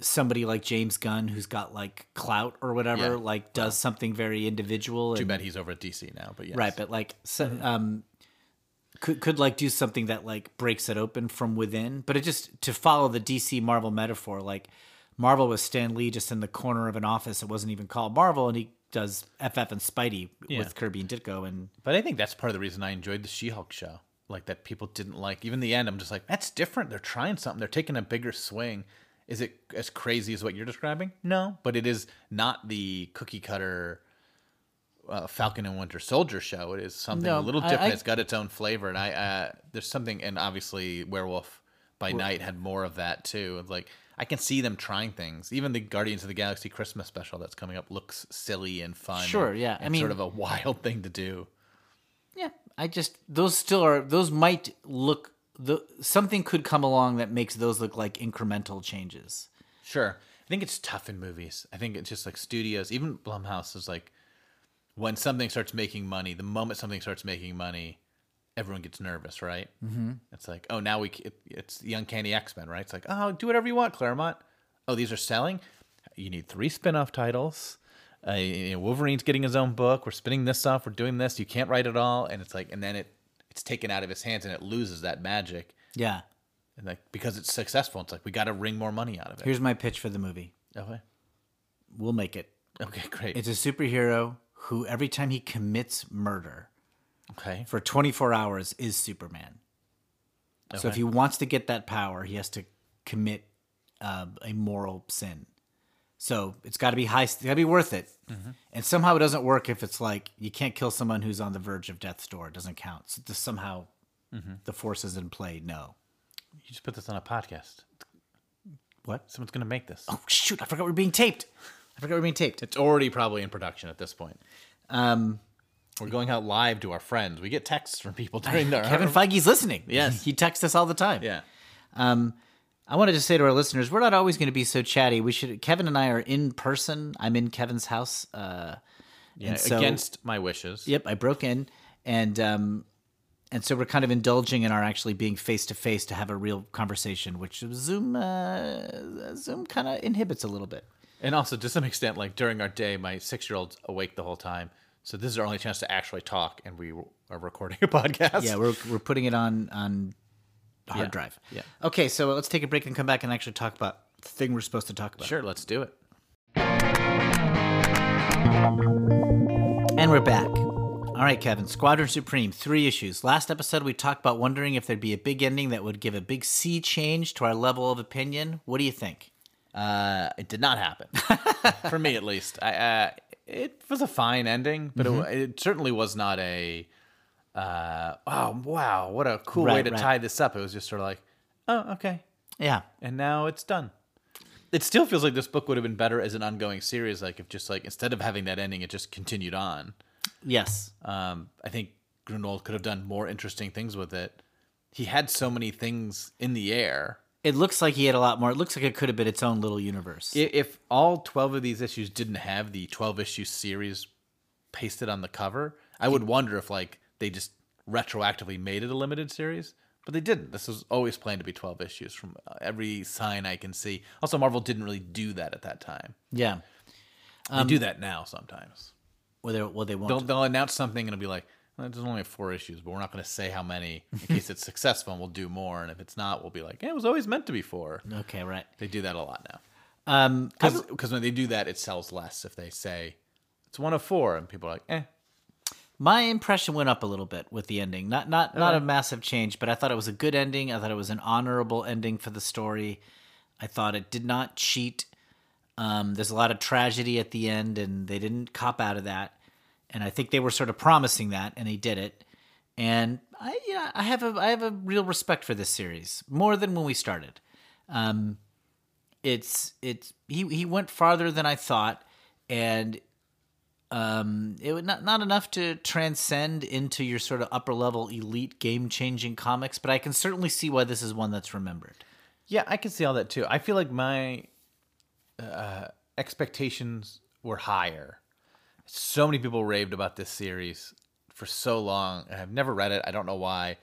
S2: somebody like James Gunn who's got like clout or whatever
S1: Yeah.
S2: like does something very individual.
S1: too
S2: and-
S1: bad Mm-hmm. he's over at DC now, but yes.
S2: Right, but like so, um could could like do something that like breaks it open from within. But it just to follow the DC Marvel metaphor, like Marvel was Stan Lee just in the corner of an office. It wasn't even called Marvel and he does FF and Spidey with Kirby and Ditko and
S1: But I think that's part of the reason I enjoyed the She-Hulk show. Like that people didn't like. Even the end, I'm just like, that's different. They're trying something. They're taking a bigger swing. Is it as crazy as what you're describing? No, but it is not the cookie cutter uh, Falcon and Winter Soldier show. It is something
S2: No,
S1: a little
S2: I-
S1: different.
S2: I-
S1: it's got its own flavor, and I uh, there's something, and obviously Werewolf by Night had more of that too. It's like I can see them trying things. Even the Guardians of the Galaxy Christmas special that's coming up looks silly and fun.
S2: Sure,
S1: and-
S2: yeah. I
S1: and
S2: mean-
S1: sort of a wild thing to do.
S2: Yeah, I just those still are those might look the something could come along that makes those look like incremental changes.
S1: Sure. I think it's tough in movies. I think it's just like studios, even Blumhouse is like when something starts making money, the moment something starts making money, everyone gets nervous, right? Mm-hmm. It's like, oh, now we c- it, it's the Uncanny X Men, right? It's like, oh, do whatever you want, Claremont. Oh, these are selling. You need three spin off titles. Uh, you know, Wolverine's getting his own book. We're spinning this off. We're doing this. You can't write it all, and it's like, and then it it's taken out of his hands, and it loses that magic.
S2: Yeah.
S1: And like because it's successful, it's like we got to wring more money out of it.
S2: Here's my pitch for the movie.
S1: Okay.
S2: We'll make it.
S1: Okay, great.
S2: It's a superhero who every time he commits murder
S1: okay.
S2: for 24 hours is Superman. So if
S1: Okay.
S2: he wants to get that power, he has to commit uh, a moral sin. So it's got to be high. It's got to be worth it.
S1: Mm-hmm.
S2: And somehow it doesn't work if it's like you can't kill someone who's on the verge of death's door. It doesn't count. So this somehow
S1: Mm-hmm.
S2: the forces in play. No.
S1: You just put this on a podcast.
S2: What?
S1: Someone's going to make this.
S2: Oh shoot! I forgot we're being taped. I forgot we're being taped.
S1: It's already probably in production at this point.
S2: Um,
S1: We're going out live to our friends. We get texts from people during their
S2: Kevin Feige's listening.
S1: Yes.
S2: he texts us all the time.
S1: Yeah.
S2: I wanted to say to our listeners, we're not always going to be so chatty. We should. Kevin and I are in person. I'm in Kevin's house. Uh,
S1: yeah.
S2: so-
S1: Against my wishes.
S2: Yep, I broke in, and um, and so we're kind of indulging in our actually being face to face to have a real conversation, which Zoom uh, Zoom kind of inhibits a little bit.
S1: And also, to some extent, like during our day, my six year old's awake the whole time. So this is our only chance to actually talk, and we are recording a podcast.
S2: Yeah, we're we're putting it on on hard
S1: Yeah,
S2: drive.
S1: yeah.
S2: Okay, so let's take a break and come back and actually talk about the thing we're supposed to talk about.
S1: Sure, let's do it.
S2: And we're back. All right, Kevin. Squadron Supreme, three issues. Last episode, we talked about wondering if there'd be a big ending that would give a big sea change to our level of opinion. What do you think?
S1: Uh, it did not happen for me, at least. I, uh, it was a fine ending,
S2: Mm-hmm.
S1: but it wa- it, certainly was not a. Uh, oh wow, what a cool way
S2: Right,
S1: to
S2: right.
S1: tie this up! It was just sort of like, oh okay,
S2: Yeah,
S1: and now it's done. It still feels like this book would have been better as an ongoing series. Like if just like instead of having that ending, it just continued on.
S2: Yes. Uh,
S1: Um, I think Grunwald could have done more interesting things with it. He had so many things in the air
S2: It looks like he had a lot more. It looks like it could have been its own little universe.
S1: I- if all 12 of these issues didn't have the 12 issue series pasted on the cover i would wonder if like they just retroactively made it a limited series but they didn't this was always planned to be 12 issues from uh, every sign i can see also marvel didn't really do that at that time
S2: yeah.
S1: they do that now sometimes
S2: Well, they, well, they won't.
S1: they'll, they'll announce something and it'll be like "Well, there's only four issues but we're not going to say how many in case it's successful and we'll do more and if it's not we'll be like "Yeah, it was always meant to be four
S2: Okay, right.
S1: they do that a lot now
S2: Um, I w-
S1: because when they do that, it sells less if they say it's one of four, and people are like, eh.
S2: my impression went up a little bit with the ending. Not not not a massive change, but I thought it was a good ending. I thought it was an honorable ending for the story. I thought it did not cheat. Um, there's a lot of tragedy at the end, and they didn't cop out of that. And I think they were sort of promising that, and they did it. and I, you know, I have a I have a real respect for this series more than when we started. Um, it's it's he he went farther than I thought, and um, it would not not enough to transcend into your sort of upper level elite game changing comics, but I can certainly see why this is one that's remembered.
S1: Yeah, I can see all that too. I feel like my uh, expectations were higher. So many people raved about this series for so long, and I've never read it. I don't know why.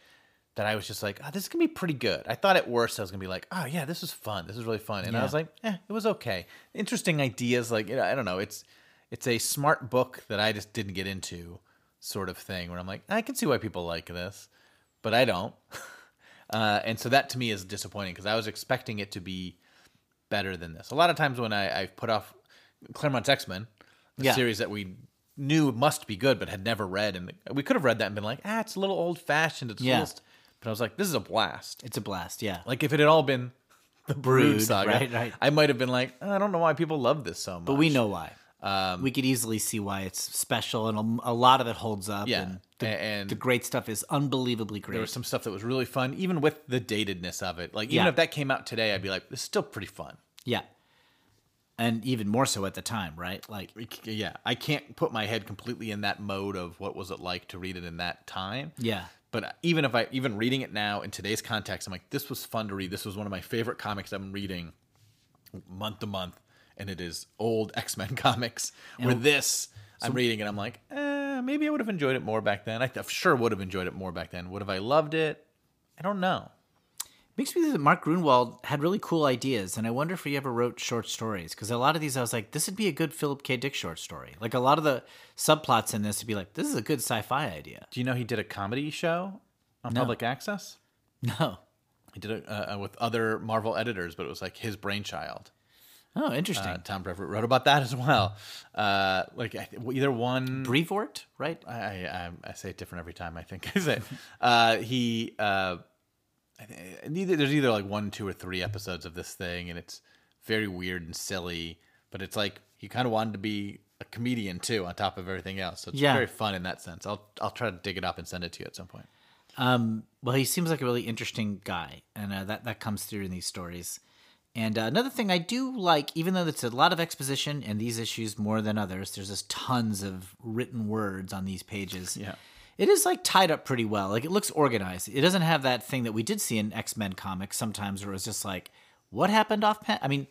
S1: That I was just like, oh, this is gonna be pretty good. I thought at worst I was gonna be like, oh yeah, this is fun. This is really fun. And I
S2: Yeah.
S1: was like, eh, it was okay. Interesting ideas, like you know, I don't know. It's it's a smart book that I just didn't get into, sort of thing. Where I'm like, I can see why people like this, but I don't. Uh, and so that to me is disappointing because I was expecting it to be better than this. A lot of times when I, I've put off Claremont's X Men, the
S2: Yeah.
S1: series that we knew must be good but had never read, and we could have read that and been like, ah, it's a little old fashioned. It's a
S2: Yeah.
S1: little st-" But I was like, this is a blast.
S2: It's a blast, yeah.
S1: Like if it had all been the Brood,
S2: Brood,
S1: saga,
S2: right, right.
S1: I might have been like, I don't know why people love this so much.
S2: But we know why.
S1: Um,
S2: we could easily see why it's special, and a, a lot of it holds up.
S1: yeah,
S2: and
S1: A-
S2: the,
S1: and
S2: the great stuff is unbelievably great.
S1: there was some stuff that was really fun, even with the datedness of it. Like even
S2: Yeah.
S1: if that came out today, I'd be like, this is still pretty fun.
S2: yeah, and even more so at the time, right? Like,
S1: Like, yeah, I can't put my head completely in that mode of what was it like to read it in that time.
S2: yeah,
S1: But even if I even reading it now in today's context, I'm like, this was fun to read. This was one of my favorite comics I'm reading month to month, and it is old X Men comics. where this I'm reading, and I'm like, eh, maybe I would have enjoyed it more back then. I th- sure would have enjoyed it more back then. Would have I loved it? I don't know.
S2: makes me think that Mark Grunwald had really cool ideas, and I wonder if he ever wrote short stories because a lot of these I was like, this would be a good Philip K. Dick short story. Like a lot of the subplots in this would be like, this is a good sci-fi idea.
S1: Do you know he did a comedy show on public access?
S2: No,
S1: He did it uh, with other Marvel editors, but it was like his brainchild.
S2: oh, interesting.
S1: Uh, Tom Brevoort wrote about that as well. Uh, like I th- either one,
S2: Brevoort, right?
S1: I, I I say it different every time. I think is it. Uh, he uh, I th- either there's either like one, two, or three episodes of this thing, and it's very weird and silly. But it's like he kind of wanted to be a comedian too, on top of everything else. So it's
S2: Yeah.
S1: very fun in that sense. I'll I'll try to dig it up and send it to you at some point.
S2: Um, well, he seems like a really interesting guy, and uh, that that comes through in these stories. And uh, another thing I do like, even though it's a lot of exposition in these issues more than others, there's just tons of written words on these pages.
S1: Yeah.
S2: It is like tied up pretty well. Like it looks organized. It doesn't have that thing that we did see in X Men comics sometimes, where it was just like, what happened off? Pa-? I mean,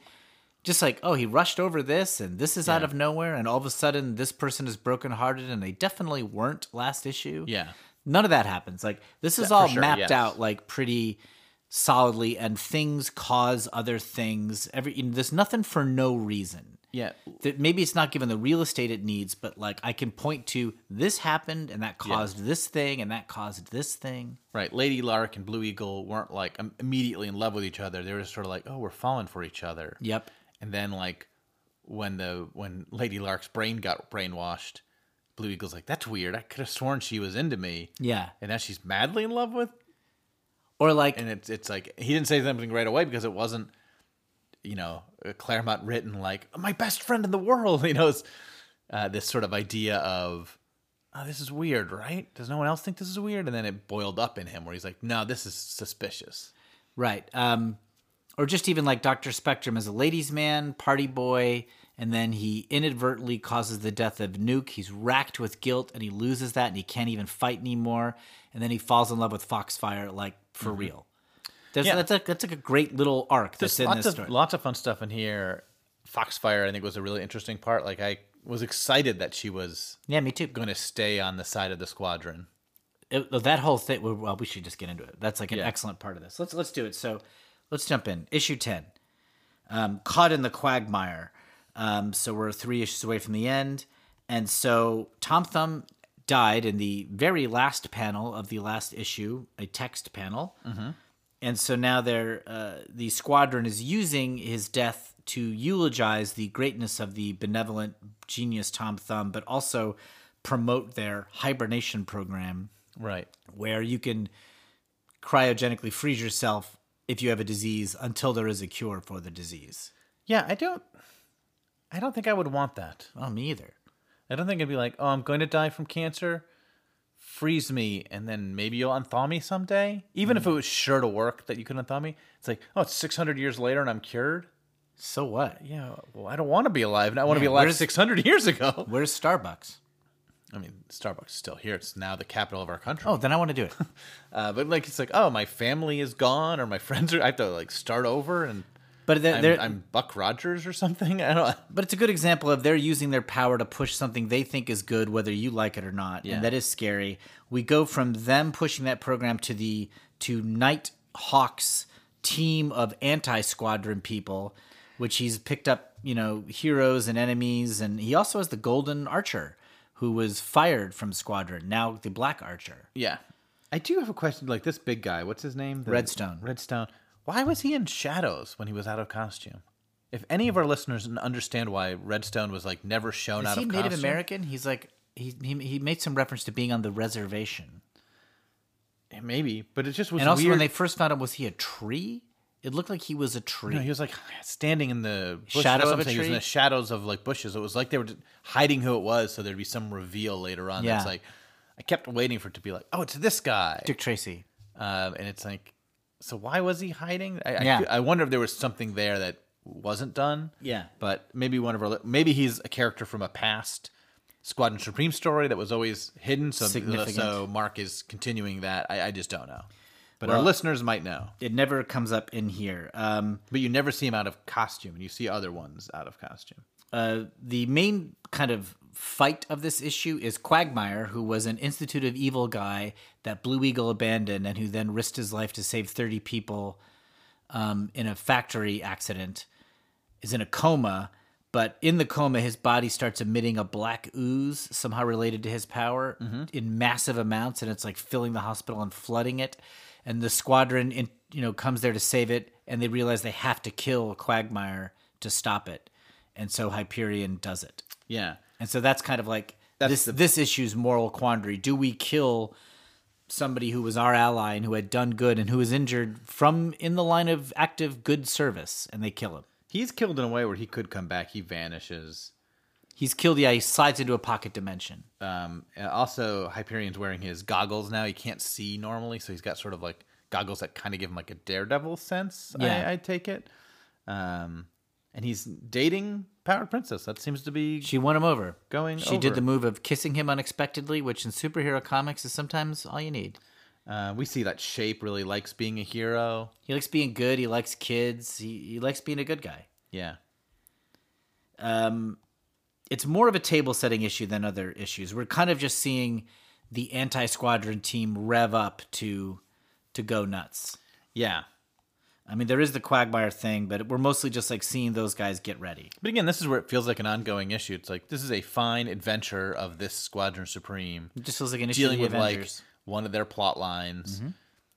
S2: just like oh, he rushed over this, and this is out of nowhere, and all of a sudden this person is brokenhearted, and they definitely weren't last issue.
S1: Yeah.
S2: None of that happens. Like this is all
S1: sure,
S2: mapped
S1: yes.
S2: out like pretty solidly, and things cause other things. Every you know, there's nothing for no reason.
S1: Yeah.
S2: That maybe it's not given the real estate it needs, but like I can point to this happened and that caused this thing and that caused this thing.
S1: Right. Lady Lark and Blue Eagle weren't like im- immediately in love with each other. They were just sort of like, oh, we're falling for each other.
S2: Yep.
S1: And then like when the when Lady Lark's brain got brainwashed, Blue Eagle's like, that's weird. I could have sworn she was into me.
S2: Yeah.
S1: And now she's madly in love with
S2: Or like
S1: and it's it's like he didn't say something right away because it wasn't you know uh, Claremont written like my best friend in the world you know it's uh, this sort of idea of oh, this is weird right does no one else think this is weird and then it boiled up in him where he's like no this is suspicious
S2: Right. Um, or just even like Dr. Spectrum as a ladies' man, party boy, and then he inadvertently causes the death of Nuke. He's racked with guilt and he loses that and he can't even fight anymore. And then he falls in love with Foxfire, like for real. There's,
S1: Mm-hmm. Yeah.
S2: That's, a, that's like a great little arc that's
S1: there's
S2: in
S1: lots
S2: this
S1: of
S2: story.
S1: lots of fun stuff in here Foxfire I think was a really interesting part like I was excited that she was
S2: yeah, me too.
S1: going to stay on the side of the squadron
S2: It- that whole thing. Well, well, we should just get into it. That's like an
S1: Yeah.
S2: excellent part of this. Let's let's do it. So, let's jump in. Issue ten, um, caught in the quagmire. Um, so we're three issues away from the end, and so Tom Thumb died in the very last panel of the last issue, a text panel, and so now they're uh, the squadron is using his death to eulogize the greatness of the benevolent genius Tom Thumb, but also promote their hibernation program
S1: right
S2: where you can cryogenically freeze yourself if you have a disease until there is a cure for the disease.
S1: yeah I don't I don't think I would want that
S2: Oh, me either.
S1: I don't think I'd be like, oh, I'm going to die from cancer. freeze me, and then maybe you'll unthaw me someday. Even if it was sure to work that you could unthaw me, it's like, oh, it's 600 years later and I'm cured.
S2: So what?
S1: Yeah, well, I don't want to be alive, and I want to
S2: Yeah,
S1: be alive
S2: where's-
S1: 600 years ago.
S2: Where's Starbucks?
S1: I mean, Starbucks is still here. It's now the capital of our country.
S2: Oh, then I want to do it.
S1: Uh, but like, it's like, oh, my family is gone, or my friends are. I have to like start over, and
S2: But they're,
S1: I'm,
S2: they're-
S1: I'm Buck Rogers or something. I don't.
S2: but it's a good example of they're using their power to push something they think is good, whether you like it or not,
S1: Yeah.
S2: and that is scary. We go from them pushing that program to the to Night Hawk's team of anti-squadron people, which he's picked up, you know, heroes and enemies, and he also has the Golden Archer, who was fired from Squadron, now the Black Archer.
S1: Yeah, I do have a question. Like this big guy, what's his name? The-
S2: Redstone.
S1: Redstone. Why was he in shadows when he was out of costume? If any of our listeners n- understand why Redstone was like never shown
S2: Is
S1: out
S2: he
S1: of
S2: Native
S1: costume,
S2: American? He's like he, he he made some reference to being on the reservation.
S1: maybe, but it just was
S2: And also,
S1: weird.
S2: when they first found out, was he a tree? It looked like he was a tree.
S1: No, he was like standing in the bush
S2: Shadow
S1: or
S2: of a
S1: something. He was in
S2: tree?
S1: the shadows of like bushes. It was like they were just hiding who it was, so there'd be some reveal later on. That's
S2: Yeah.
S1: like I kept waiting for it to be like, oh, it's this guy,
S2: Dick Tracy.
S1: um, and it's like, so why was he hiding? I,
S2: Yeah.
S1: I, fe- I wonder if there was something there that wasn't done.
S2: Yeah.
S1: but maybe one of our li- maybe he's a character from a past Squadron Supreme story that was always hidden. So
S2: Significant.
S1: so Mark is continuing that. I, I just don't know, but our
S2: Well-
S1: listeners might know.
S2: It never comes up in here. Um,
S1: But you never see him out of costume, and you see other ones out of costume.
S2: uh, the main kind of fight of this issue is Quagmire, who was an Institute of Evil guy that Blue Eagle abandoned and who then risked his life to save 30 people um, in a factory accident, is in a coma. But in the coma, his body starts emitting a black ooze, somehow related to his power,
S1: Mm-hmm.
S2: in massive amounts, and it's like filling the hospital and flooding it. And the squadron, in, you know, comes there to save it, and they realize they have to kill Quagmire to stop it, and so Hyperion does it.
S1: Yeah,
S2: And so that's kind of like
S1: That's
S2: this
S1: the-
S2: this issue's moral quandary. Do we kill somebody who was our ally and who had done good and who was injured from in the line of active good service and they kill him?
S1: he's killed in a way where he could come back. He vanishes.
S2: He's killed, yeah, he slides into a pocket dimension.
S1: Um, and also, Hyperion's wearing his goggles now. He can't see normally, so he's got sort of like goggles that kind of give him like a daredevil sense.
S2: Yeah.
S1: I, I take it. Um, and he's dating Powered Princess. That seems to be
S2: She won him over.
S1: going.
S2: She did
S1: over.
S2: the move of kissing him unexpectedly, which in superhero comics is sometimes all you need.
S1: Uh, we see that Shape really likes being a hero.
S2: He likes being good, he likes kids, he, he likes being a good guy.
S1: Yeah.
S2: it's more of a table setting issue than other issues. We're kind of just seeing the anti squadron team rev up to to go nuts.
S1: Yeah.
S2: I mean, there is the Quagmire thing, but we're mostly just like seeing those guys get ready.
S1: But again, this is where it feels like an ongoing issue. It's like this is a fine adventure of this Squadron Supreme
S2: It just feels like an issue
S1: dealing
S2: of
S1: with
S2: the Avengers. Mm-hmm.
S1: like one of their plot lines.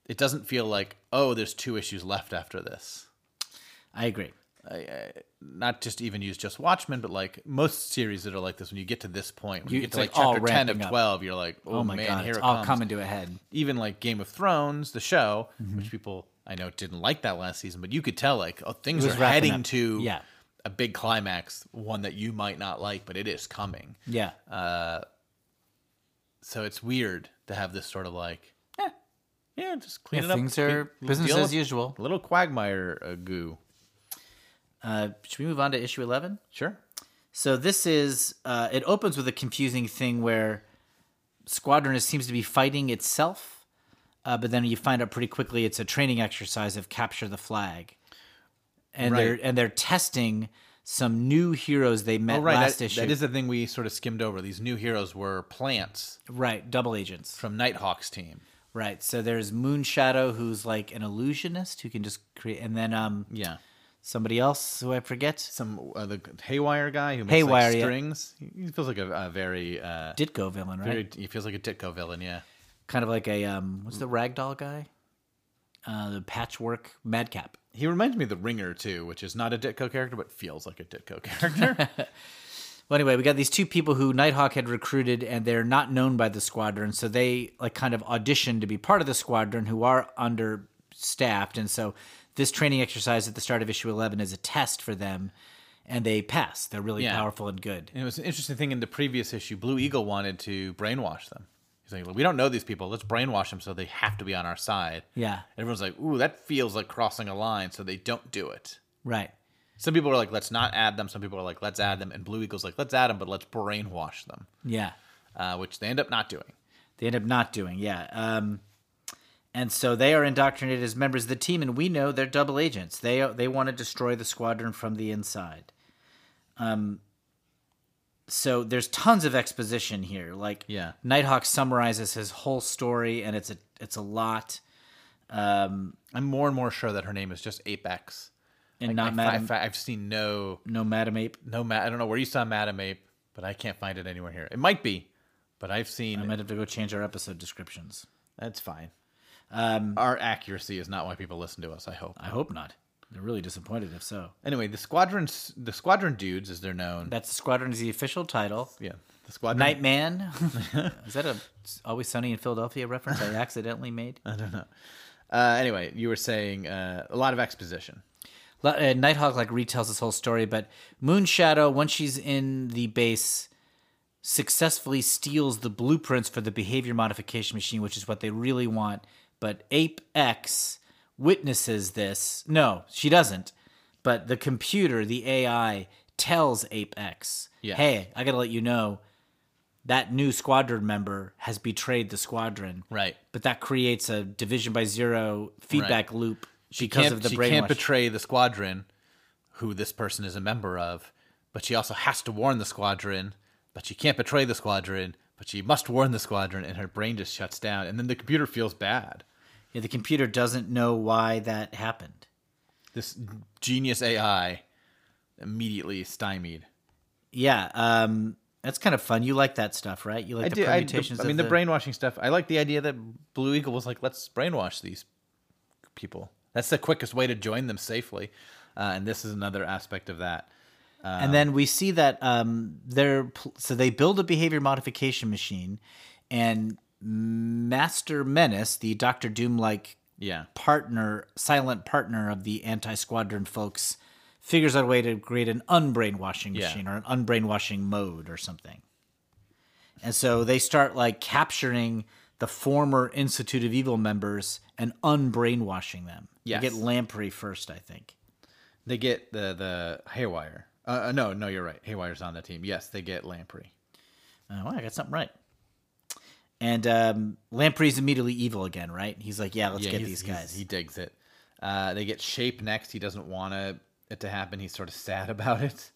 S1: It doesn't feel like oh, there's two issues left after this.
S2: I agree.
S1: Not just even use just Watchmen, but like most series that are like this. When you get to this point, when you,
S2: You-
S1: get to like
S2: it's like all
S1: chapter ten of
S2: ramping up.
S1: twelve, you're like, oh,
S2: Oh my
S1: man,
S2: god,
S1: here
S2: it's
S1: it
S2: all
S1: comes.
S2: coming Mm-hmm. to a head.
S1: Even like Game of Thrones, the show, which people I know didn't like that last season, but you could tell like oh, things are
S2: was wrapping
S1: heading
S2: up.
S1: to
S2: Yeah.
S1: a big climax, one that you might not like, but it is coming.
S2: Yeah,
S1: so it's weird to have this sort of like eh, yeah, yeah just clean
S2: Yeah,
S1: it up.
S2: things are
S1: Clean-
S2: business
S1: deal
S2: as
S1: with
S2: usual.
S1: Little quagmire uh, goo.
S2: uh, should we move on to issue eleven?
S1: Sure.
S2: So this is uh, it opens with a confusing thing where Squadron is- seems to be fighting itself, uh, but then you find out pretty quickly it's a training exercise of capture the flag, and
S1: Right.
S2: they're and they're testing some new heroes they met
S1: Oh, right.
S2: last
S1: that-
S2: issue.
S1: that is the thing we sort of skimmed over. These new heroes were plants
S2: right, double agents.
S1: from Nighthawk's team.
S2: right, so there's Moonshadow, who's like an illusionist who can just create, and then um
S1: Yeah.
S2: somebody else who I forget
S1: Some uh, the haywire guy who makes
S2: Haywire,
S1: like,
S2: yeah.
S1: strings. He he feels like a, a very, uh,
S2: Ditko villain, right?
S1: very he feels like a Ditko villain. Yeah.
S2: Kind of like a um, what's the ragdoll guy? Uh, the patchwork madcap.
S1: He reminds me of the Ringer too, which is not a Ditko character but feels like a Ditko character.
S2: Well, anyway, we got these two people who Nighthawk had recruited, and they're not known by the squadron, so they like kind of audition to be part of the squadron, who are understaffed, and so this training exercise at the start of issue eleven is a test for them, and they pass. They're really
S1: Yeah.
S2: powerful and good.
S1: and it was an interesting thing in the previous issue. Blue Eagle wanted to brainwash them. He's He's like, "Look, we don't know these people. Let's brainwash them so they have to be on our side.
S2: Yeah.
S1: Everyone's like, ooh, that feels like crossing a line, so they don't do it.
S2: Right.
S1: Some people are like, let's not add them. Some people are like, let's add them. And Blue Eagle's like, let's add them, but let's brainwash them,
S2: Yeah.
S1: uh, which they end up not doing.
S2: They end up not doing. Yeah. Um, and so they are indoctrinated as members of the team, and we know they're double agents. They they want to destroy the squadron from the inside. Um. So there's tons of exposition here. Like
S1: Yeah.
S2: Nighthawk summarizes his whole story, and it's a it's a lot. Um,
S1: I'm more and more sure that her name is just Apex.
S2: and
S1: I,
S2: not Madam,
S1: I, I've seen no,
S2: no Madam Ape.
S1: no, Ma- I don't know where you saw Madame Ape, but I can't find it anywhere here. It might be, but I've seen.
S2: I might have to go change our episode descriptions.
S1: that's fine.
S2: Um,
S1: Our accuracy is not why people listen to us. I hope.
S2: I hope not. They're really disappointed if so.
S1: Anyway, the squadron, s- the squadron dudes, as they're known.
S2: That's the squadron is the official title.
S1: yeah, the squadron.
S2: Nightman. Is that a Always Sunny in Philadelphia reference I accidentally made?
S1: Uh, anyway, you were saying uh, a lot of exposition.
S2: Lo- uh, Nighthawk like retells this whole story, but Moonshadow, once she's in the base, successfully steals the blueprints for the behavior modification machine, which is what they really want. But Ape X witnesses this. No, she doesn't. But the computer, the AI, tells Ape X,
S1: Yeah.
S2: "Hey, I gotta let you know." That new squadron member has betrayed the squadron.
S1: Right.
S2: But that creates a division by zero feedback loop because
S1: can't-
S2: of the
S1: she
S2: brainwash.
S1: can't betray the squadron who this person is a member of but she also has to warn the squadron but she can't betray the squadron but she must warn the squadron and her brain just shuts down and then the computer feels bad
S2: Yeah, the computer doesn't know why that happened.
S1: this genius ai immediately stymied
S2: Yeah, um, that's kind of fun. You like that stuff, right? You like the permutations.
S1: I mean
S2: of
S1: the, brainwashing stuff i like the idea that blue eagle was like let's brainwash these people that's the quickest way to join them safely uh, and this is another aspect of that
S2: and then we see that um, they're pl- so they build a behavior modification machine, and Master Menace, the Doctor Doom like
S1: yeah
S2: partner, silent partner of the anti squadron folks, figures out a way to create an unbrainwashing
S1: Yeah.
S2: machine or an unbrainwashing mode or something. And so they start like capturing the former Institute of Evil members and unbrainwashing them.
S1: Yes.
S2: They get Lamprey first, I think.
S1: They get the the Haywire. Uh, uh, no, no, you're right. Haywire's on the team. Yes, they get Lamprey.
S2: Oh, wow, I got something right. And um, Lamprey's immediately evil again, right? He's like, yeah, let's get
S1: he's-
S2: these
S1: he's-
S2: guys.
S1: He digs it. Uh, they get Shape next. He doesn't want to, it to happen. He's sort of sad about it.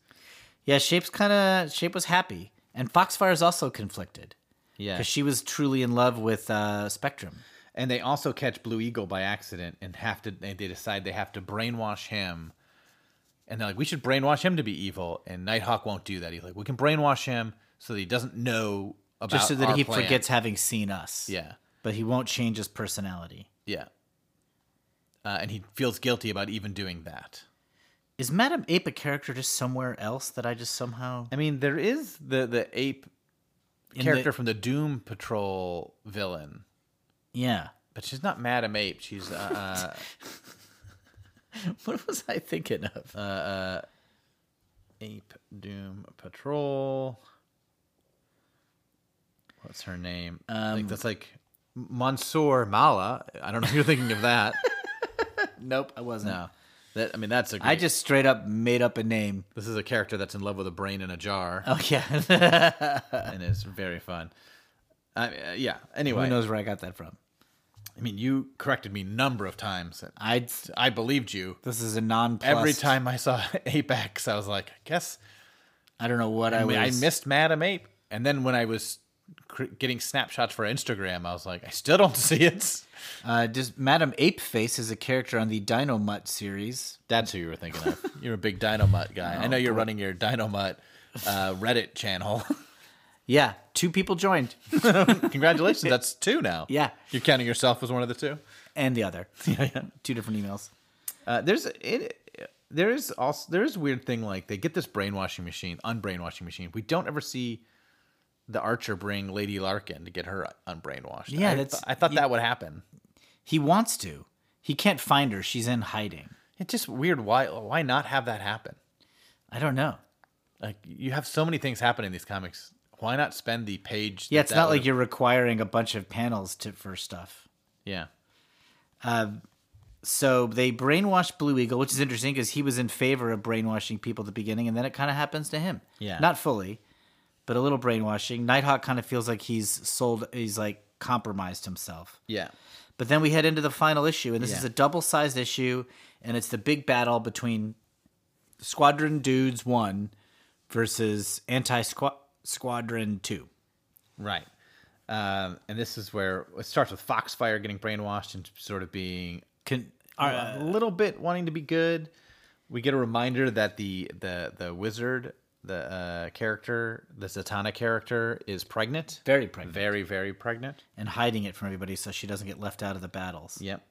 S2: yeah, Shape's kind of, Shape was happy. And Foxfire's also conflicted.
S1: Yeah.
S2: because she was truly in love with uh, Spectrum.
S1: and they also catch Blue Eagle by accident and have to. They, they decide they have to brainwash him. And they're like, we should brainwash him to be evil. And Nighthawk won't do that. He's like, we can brainwash him so that he doesn't know about
S2: Just so that
S1: our
S2: he
S1: plan."
S2: forgets having seen us.
S1: Yeah.
S2: But he won't change his personality.
S1: Yeah. Uh, and he feels guilty about even doing that.
S2: Is Madame Ape a character just somewhere else that I just somehow
S1: I mean, there is the the ape
S2: in the-
S1: character from the Doom Patrol villain,
S2: yeah.
S1: but she's not Madame Ape. She's uh,
S2: What was I thinking of?
S1: uh, uh, Ape Doom Patrol. What's her name? I
S2: Um,
S1: think that's like Mansoor Mala. I don't know if you're thinking of that.
S2: nope, I wasn't.
S1: No, that I mean that's a. Great,
S2: I just straight up made up a name.
S1: this is a character that's in love with a brain in a jar,
S2: Oh yeah.
S1: and it's very fun. I, uh, yeah. Anyway,
S2: uh, Who knows where I got that from?
S1: I mean, you corrected me a number of times.
S2: I.
S1: I believed you.
S2: This is a non.
S1: Every time I saw Apex, I was like, I guess
S2: I don't know what I,
S1: I, mean, I
S2: was.
S1: missed Madam Ape. And then when I was cr- getting snapshots for Instagram, I was like, I still don't see it.
S2: Uh, just Madame Ape Face is a character on the Dino Mutt series.
S1: That's who you were thinking of. You're a big Dinomut guy. I know you're running your Dinomut uh, Reddit channel.
S2: Yeah, two people joined,
S1: Congratulations, that's two now.
S2: Yeah.
S1: you're counting yourself as one of the two.
S2: and the other. Two different emails.
S1: Uh, there's it. There is also there is a weird thing like they get this brainwashing machine, unbrainwashing machine. We don't ever see the Archer bring Lady Larkin to get her unbrainwashed.
S2: Yeah,
S1: I,
S2: that's-
S1: I thought that would happen.
S2: He wants to. He can't find her. She's in hiding.
S1: It's just weird. Why why not have that happen?
S2: I don't know.
S1: Like you have so many things happen in these comics Why not spend the page?
S2: Yeah,
S1: that
S2: it's
S1: that
S2: not like
S1: would've-
S2: you're requiring a bunch of panels to for stuff.
S1: Yeah.
S2: So they brainwashed Blue Eagle, which is interesting because he was in favor of brainwashing people at the beginning, and then it kind of happens to him.
S1: Yeah.
S2: not fully, but a little brainwashing. Nighthawk kind of feels like he's sold. He's like compromised himself.
S1: Yeah.
S2: But then we head into the final issue, and this is
S1: Yeah.
S2: a double sized issue, and it's the big battle between Squadron Dudes 1 versus Anti Squadron 2.
S1: Right. Um, and this is where it starts with Foxfire getting brainwashed and sort of being
S2: Can, are,
S1: a little bit wanting to be good. We get a reminder that the the the wizard, the uh, character, the Zatanna character, is pregnant.
S2: Very pregnant.
S1: Very very pregnant.
S2: and hiding it from everybody so she doesn't get left out of the battles.
S1: Yep.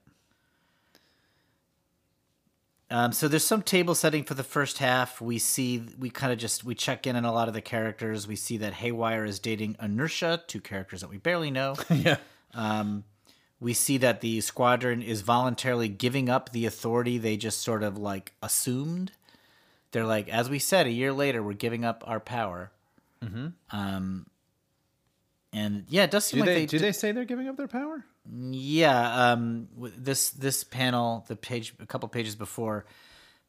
S2: Um, so there's some table setting for the first half. We see we kind of just we check in on a lot of the characters. We see that Haywire is dating Inertia, two characters that we barely know. Um,
S1: Yeah.
S2: we see that the squadron is voluntarily giving up the authority they just sort of like assumed. They're like, as we said, a year later, we're giving up our power. Mm-hmm. Um, and yeah, it does seem
S1: Do
S2: like
S1: they,
S2: they,
S1: do they say they're giving up their power?
S2: yeah, um, w- this this panel, the page, a couple pages before,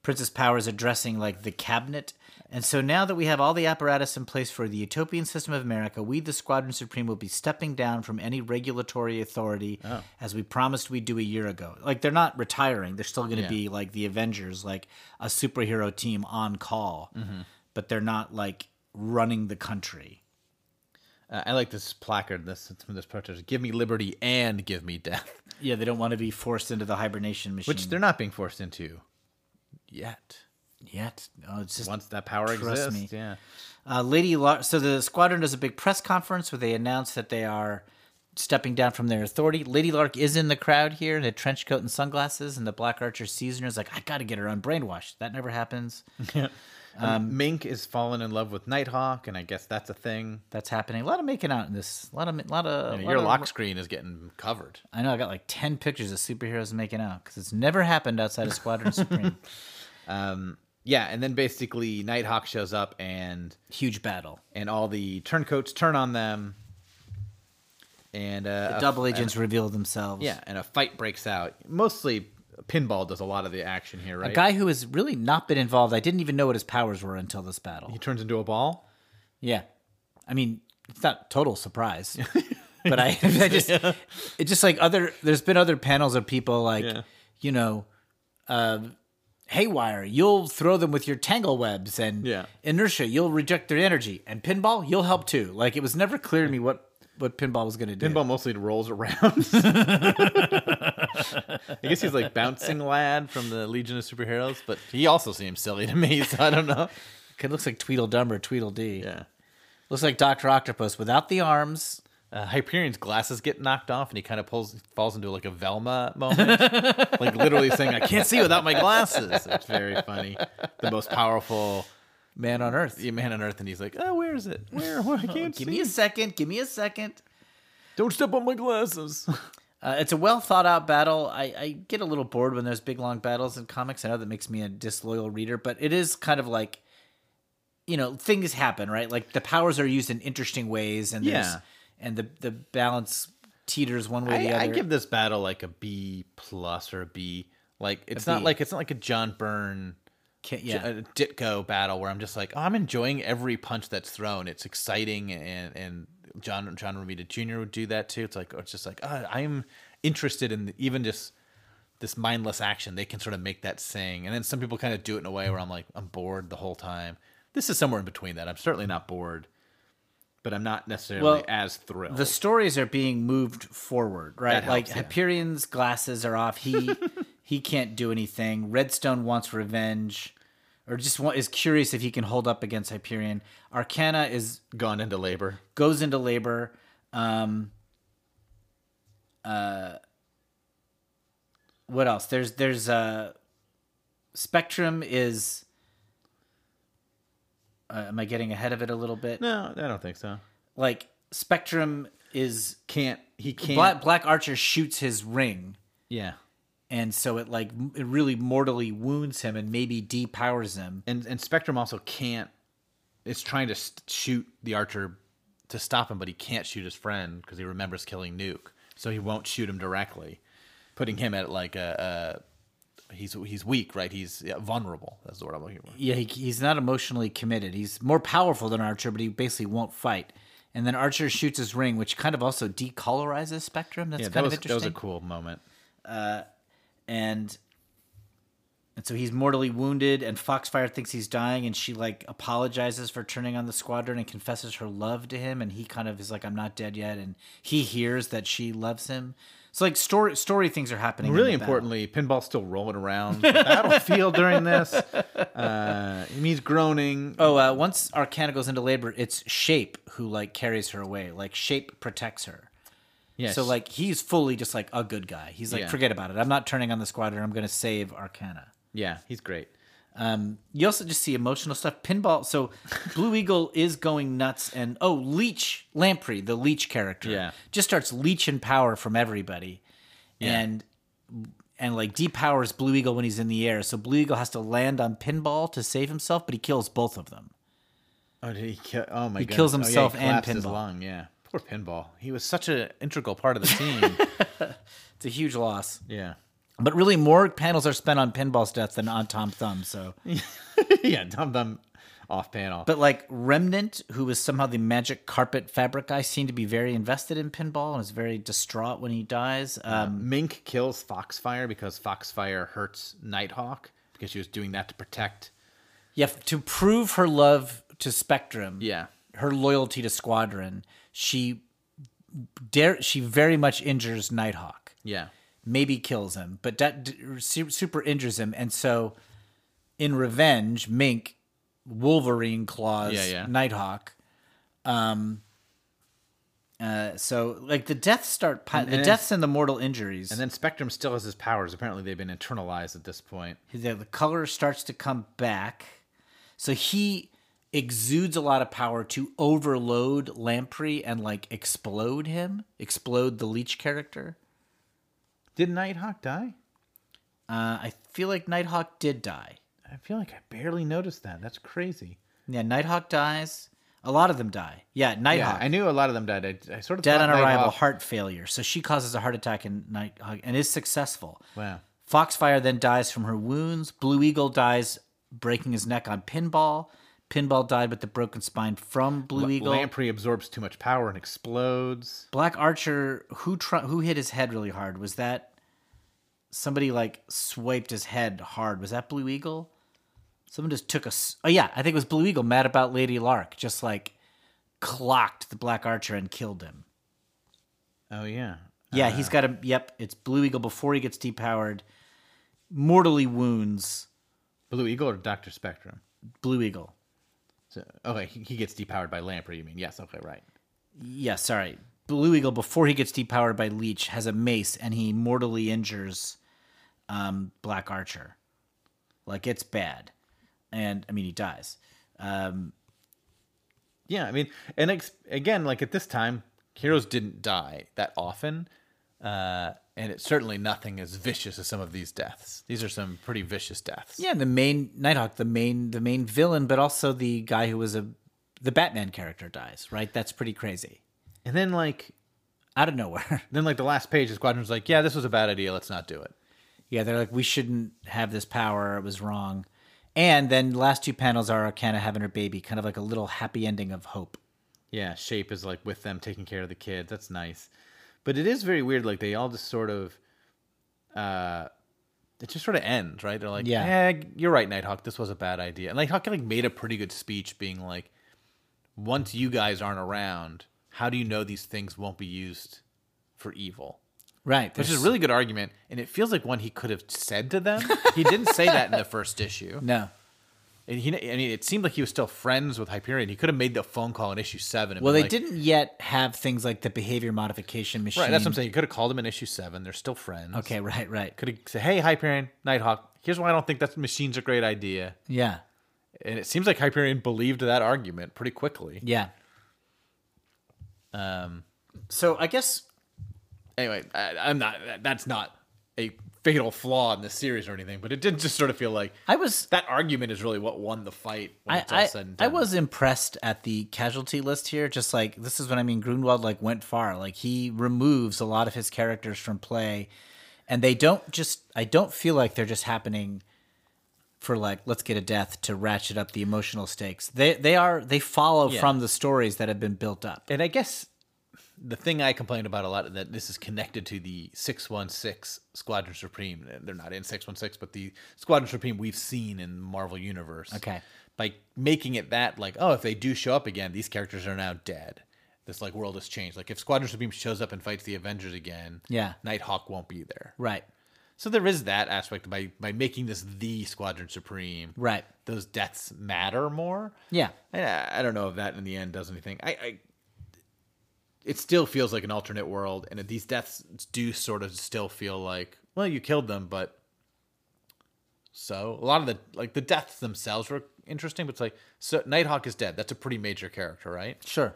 S2: Princess Power is addressing like the cabinet, and so now that we have all the apparatus in place for the utopian system of America, we, the Squadron Supreme, will be stepping down from any regulatory authority as we promised we'd do a year ago. Like they're not retiring; they're still going to
S1: Yeah.
S2: be like the Avengers, like a superhero team on call, but they're not like running the country.
S1: Uh, I like this placard. This it's from this protest. Give me liberty and give me death,
S2: Yeah, they don't want to be forced into the hibernation machine.
S1: which they're not being forced into yet.
S2: yet. Oh, it's just
S1: Once that power
S2: Trust
S1: exists,
S2: me.
S1: yeah,
S2: Uh, Lady Lar- so the squadron does a big press conference where they announce that they are stepping down from their authority. Lady Lark is in the crowd here in a trench coat and sunglasses, and the Black Archer sees her and is like, "I got to get her unbrainwashed. That never happens.
S1: um, Mink is fallen in love with Nighthawk, and I guess that's a thing.
S2: That's happening. A lot of making out in this. A lot of lot of
S1: And
S2: lot
S1: your
S2: of-
S1: lock screen is getting covered.
S2: I know I got like ten pictures of superheroes making out because it's never happened outside of Squadron Supreme.
S1: Yeah, and then basically Nighthawk shows up, and
S2: Huge battle.
S1: and all the turncoats turn on them, and uh, a-
S2: Double
S1: and-
S2: agents reveal themselves.
S1: yeah, and a fight breaks out. Mostly, Pinball does a lot of the action here,
S2: A
S1: right?
S2: guy who has really not been involved. I didn't even know what his powers were until this battle.
S1: he turns into a ball.
S2: Yeah. I mean, it's not total surprise. but I, I just it's just like other there's been other panels of people like,
S1: Yeah.
S2: you know, uh Haywire, you'll throw them with your tangle webs and
S1: Yeah.
S2: inertia, you'll reject their energy. And pinball, you'll help too. Like it was never clear to me what what pinball was gonna do.
S1: Pinball mostly rolls around. I guess he's like bouncing lad from the Legion of Superheroes, but he also seems silly to me, so I don't know.
S2: It looks like Tweedledum or Tweedledee.
S1: Yeah.
S2: Looks like Doctor Octopus without the arms.
S1: Uh, Hyperion's glasses get knocked off, and he kind of pulls falls into like a Velma moment, like literally saying, "I can't see without my glasses." It's very funny. The most powerful
S2: Man on Earth.
S1: man on earth, and he's like, "Oh, where is it? Where? Where? I can't
S2: Give
S1: see.
S2: me a second, give me a second.
S1: Don't step on my glasses."
S2: Uh, it's a well thought out battle. I, I get a little bored when there's big long battles in comics. I know that makes me a disloyal reader, but it is kind of like, you know, things happen, right? Like the powers are used in interesting ways, and there's
S1: Yeah.
S2: and the the balance teeters one way or the
S1: I,
S2: other.
S1: I give this battle like a B plus or a B. Like it's not
S2: B.
S1: like it's not like a John Byrne
S2: Can't-
S1: J-
S2: yeah,
S1: a Ditko battle where I'm just like, oh, I'm enjoying every punch that's thrown. It's exciting, and and John John Romita Jr. would do that too. It's like it's just like oh, I'm interested in even just this mindless action. They can sort of make that sing, and then some people kind of do it in a way where I'm like, I'm bored the whole time. This is somewhere in between that. I'm certainly not bored, but I'm not necessarily
S2: Well,
S1: as thrilled.
S2: the stories are being moved forward, right?
S1: That
S2: like
S1: helps, yeah.
S2: Hyperion's glasses are off. He he can't do anything. Redstone wants revenge, or just want, is curious if he can hold up against Hyperion. Arcana is
S1: Gone into labor.
S2: goes into labor. Um, uh, what else? There's there's uh, Spectrum is. Uh, am I getting ahead of it a little bit?
S1: No, I don't think so.
S2: Like Spectrum is
S1: Can't he can't?
S2: Black, Black Archer shoots his ring,
S1: yeah.
S2: and so it like m- it really mortally wounds him and maybe depowers him.
S1: and and Spectrum also can't. It's trying to st- shoot the archer to stop him, but he can't shoot his friend because he remembers killing Nuke, so he won't shoot him directly, putting him at like a. a he's he's weak, right? He's yeah, vulnerable. That's the word I'm looking for.
S2: Yeah, he, he's not emotionally committed. He's more powerful than Archer, but he basically won't fight. And then Archer shoots his ring, which kind of also decolorizes Spectrum. That's
S1: Yeah,
S2: kind
S1: that was
S2: of
S1: that was
S2: interesting.
S1: a cool moment.
S2: and and so he's mortally wounded and foxfire thinks he's dying and she like apologizes for turning on the squadron and confesses her love to him and he kind of is like i'm not dead yet and he hears that she loves him so like story story things are happening in
S1: Really
S2: the battle.
S1: importantly, pinball's still rolling around the battlefield during this. Uh, he's groaning.
S2: oh uh, once arcana goes into labor it's shape who like carries her away like shape protects her
S1: yes.
S2: so like he's fully just like a good guy he's like
S1: Yeah.
S2: forget about it i'm not turning on the squadron i'm gonna save arcana
S1: yeah, he's great.
S2: You also just see emotional stuff. Pinball. So Blue Eagle is going nuts, and oh, Leech Lamprey, the Leech character,
S1: Yeah.
S2: just starts leeching power from everybody, and and like depowers Blue Eagle when he's in the air. So Blue Eagle has to land on Pinball to save himself, but he kills both of them.
S1: Oh, did he kill? Oh my god!
S2: kills himself and
S1: His
S2: Pinball.
S1: lung. Yeah, poor pinball. He was such an integral part of the team.
S2: It's a huge loss.
S1: yeah,
S2: But really, more panels are spent on Pinball's death than on Tom Thumb. So,
S1: yeah. Dum dum, off panel.
S2: but like Remnant, who was somehow the magic carpet fabric guy, seemed to be very invested in Pinball and was very distraught when he dies. Um,
S1: Mink kills Foxfire because Foxfire hurts Nighthawk because she was doing that to protect.
S2: Yeah, f- to prove her love to Spectrum,
S1: Yeah,
S2: her loyalty to Squadron, she dare she very much injures Nighthawk.
S1: yeah,
S2: Maybe kills him, but that d- su- super injures him, and so in revenge, Mink Wolverine claws
S1: Yeah, yeah.
S2: Nighthawk. Um. Uh. So like the deaths start pi- the
S1: and-
S2: deaths and the mortal injuries,
S1: and then Spectrum still has his powers. Apparently, they've been internalized at this point.
S2: the, the color starts to come back. So he exudes a lot of power to overload Lamprey and like explode him, explode the leech character.
S1: Did Nighthawk die?
S2: Uh, I feel like Nighthawk did die.
S1: I feel like I barely noticed that. That's crazy.
S2: Yeah, Nighthawk dies. A lot of them die. Yeah,
S1: Yeah,
S2: Nighthawk.
S1: I knew a lot of them died. I, I sort of
S2: dead
S1: thought
S2: on arrival,
S1: Nighthawk-
S2: heart failure. So she causes a heart attack in Nighthawk and is successful.
S1: Wow.
S2: Foxfire then dies from her wounds. Blue Eagle dies breaking his neck on Pinball. Pinball died with the broken spine from Blue Eagle.
S1: Lamprey absorbs too much power and explodes.
S2: Black Archer, who tr- who hit his head really hard? Was that somebody like swiped his head hard? Was that Blue Eagle? Someone just took a. s- Oh yeah, I think it was Blue Eagle. Mad about Lady Lark, just like clocked the Black Archer and killed him.
S1: Oh yeah.
S2: Yeah, he's got a. Yep, it's Blue Eagle before he gets depowered. Mortally wounds
S1: Blue Eagle or Doctor Spectrum?
S2: Blue Eagle.
S1: So, okay, he, he gets depowered by Lamprey. You mean? Yes. Okay, right.
S2: Yeah, sorry. Blue Eagle, before he gets depowered by Leech, has a mace and he mortally injures um, Black Archer. Like, it's bad. And, I mean, he dies. Um,
S1: Yeah, I mean, and ex- again, like at this time, heroes didn't die that often, uh, and it's certainly nothing as vicious as some of these deaths. These are some pretty vicious deaths.
S2: yeah, the main Nighthawk, the main the main villain, but also the guy who was a the Batman character dies, right? That's pretty crazy.
S1: And then like,
S2: Out of nowhere.
S1: then like the last page, the squadron's like, yeah, this was a bad idea. Let's not do it.
S2: Yeah, they're like, we shouldn't have this power. It was wrong. And then the last two panels are Arcana having her baby, kind of like a little happy ending of hope.
S1: Yeah, Shape is like with them taking care of the kids. That's nice. But it is very weird. Like they all just sort of uh it just sort of ends, right? They're like,
S2: Yeah.
S1: Yeah, you're right, Nighthawk, this was a bad idea. And Nighthawk like made a pretty good speech being like, Once you guys aren't around, how do you know these things won't be used for evil?
S2: Right.
S1: Which is
S2: there's-
S1: a really good argument, and it feels like one he could have said to them. he didn't say that in the first issue.
S2: No.
S1: And he, I mean, it seemed like he was still friends with Hyperion. He could have made the phone call in issue seven. and
S2: Well,
S1: been
S2: they
S1: like,
S2: didn't yet have things like the behavior modification machine.
S1: Right, that's what I'm saying. You could have called them in issue seven. They're still friends.
S2: Okay, right, right.
S1: Could have said, hey, Hyperion, Nighthawk, here's why I don't think that machine's a great idea.
S2: Yeah,
S1: And it seems like Hyperion believed that argument pretty quickly.
S2: yeah. Um, so I guess
S1: Anyway, I, I'm not, that's not a fatal flaw in the series or anything, but it did just sort of feel like
S2: I was
S1: that argument is really what won the fight when
S2: I,
S1: it's all
S2: I,
S1: said and
S2: I
S1: done.
S2: was impressed at the casualty list here. Just like this is what I mean. Grunwald like went far. Like he removes a lot of his characters from play, and they don't just. I don't feel like they're just happening for like let's get a death to ratchet up the emotional stakes. They they are they follow
S1: Yeah.
S2: from the stories that have been built up.
S1: and I guess the thing I complained about a lot that this is connected to the 616 Squadron Supreme. They're not in 616, but the Squadron Supreme we've seen in the Marvel Universe.
S2: Okay.
S1: By making it that, like, oh, if they do show up again, these characters are now dead. This like world has changed. Like if Squadron Supreme shows up and fights the Avengers again,
S2: Yeah.
S1: Nighthawk won't be there.
S2: Right.
S1: So there is that aspect by by making this the Squadron Supreme.
S2: Right.
S1: Those deaths matter more.
S2: Yeah.
S1: I, I don't know if that in the end does anything. I, I it still feels like an alternate world, and these deaths do sort of still feel like well, you killed them, but so a lot of the like the deaths themselves were interesting, but it's like so Nighthawk is dead. That's a pretty major character, right?
S2: Sure.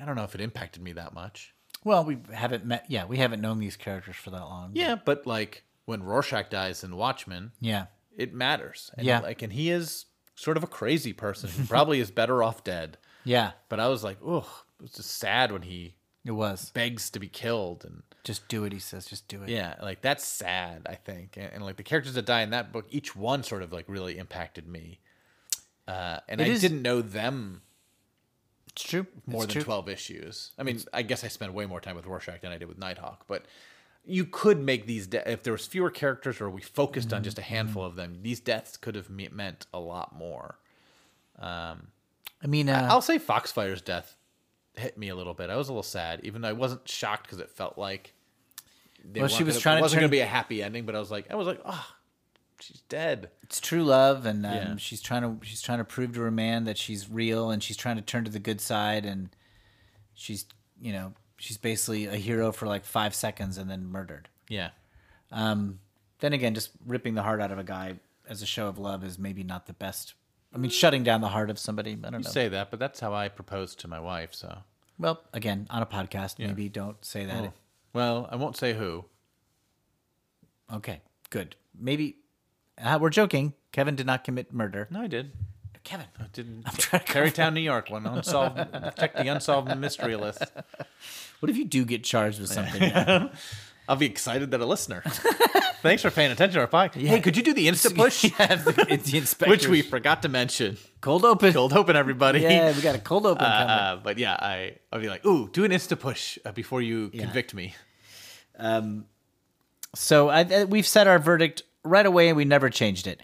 S1: I don't know if it impacted me that much.
S2: Well, we haven't met. Yeah, we haven't known these characters for that long.
S1: Yeah, but like when Rorschach dies in Watchmen,
S2: Yeah.
S1: it matters. And
S2: Yeah.
S1: like and he is sort of a crazy person who probably is better off dead.
S2: Yeah.
S1: But I was like, oh, it was just sad when he
S2: It was
S1: begs to be killed and
S2: just do it. He says, just do it.
S1: yeah like that's sad i think and, and, like the characters that die in that book each one sort of like really impacted me uh, and
S2: It
S1: i
S2: is-
S1: didn't know them
S2: It's true.
S1: more
S2: It's
S1: than
S2: true.
S1: 12 issues i mean i guess i spent way more time with rorschach than i did with nighthawk but you could make these de- if there was fewer characters or we focused on just a handful of them these deaths could have me- meant a lot more
S2: I mean, uh,
S1: i'll say foxfire's death hit me a little bit i was a little sad even though i wasn't shocked because it felt like they
S2: Well, she
S1: weren't
S2: was
S1: gonna-
S2: trying
S1: it
S2: to
S1: wasn't
S2: turn-
S1: going to be a happy ending but i was like i was like oh she's dead
S2: it's true love, and um,
S1: Yeah.
S2: she's trying to she's trying to prove to her man that she's real, and she's trying to turn to the good side, and she's you know she's basically a hero for like five seconds and then murdered. Um,
S1: Yeah.
S2: Then again, just ripping the heart out of a guy as a show of love is maybe not the best. I mean, shutting down the heart of somebody. I don't know.
S1: Say that, but that's how I proposed to my wife, so.
S2: well, again, on a podcast, maybe don't say that.
S1: Well, I won't say who. Oh.
S2: Okay, good. Maybe uh, we're joking. Kevin did not commit murder.
S1: No, I did.
S2: Kevin,
S1: I didn't.
S2: I'm trying to
S1: Tarrytown, New York one. Unsolved. check the unsolved mystery list.
S2: What if you do get charged with something?
S1: I'll be excited that a listener. Thanks for paying attention to our podcast. Hey, could you do the Insta push?
S2: Yeah, the, it's the inspector.
S1: Which we forgot to mention.
S2: cold open.
S1: Cold open, everybody.
S2: Yeah, we got a cold open
S1: Uh,
S2: coming.
S1: uh, but yeah, I, I'll be like, ooh, do an Insta push uh, before you convict me.
S2: So I, I- we've set our verdict right away, and we never changed it.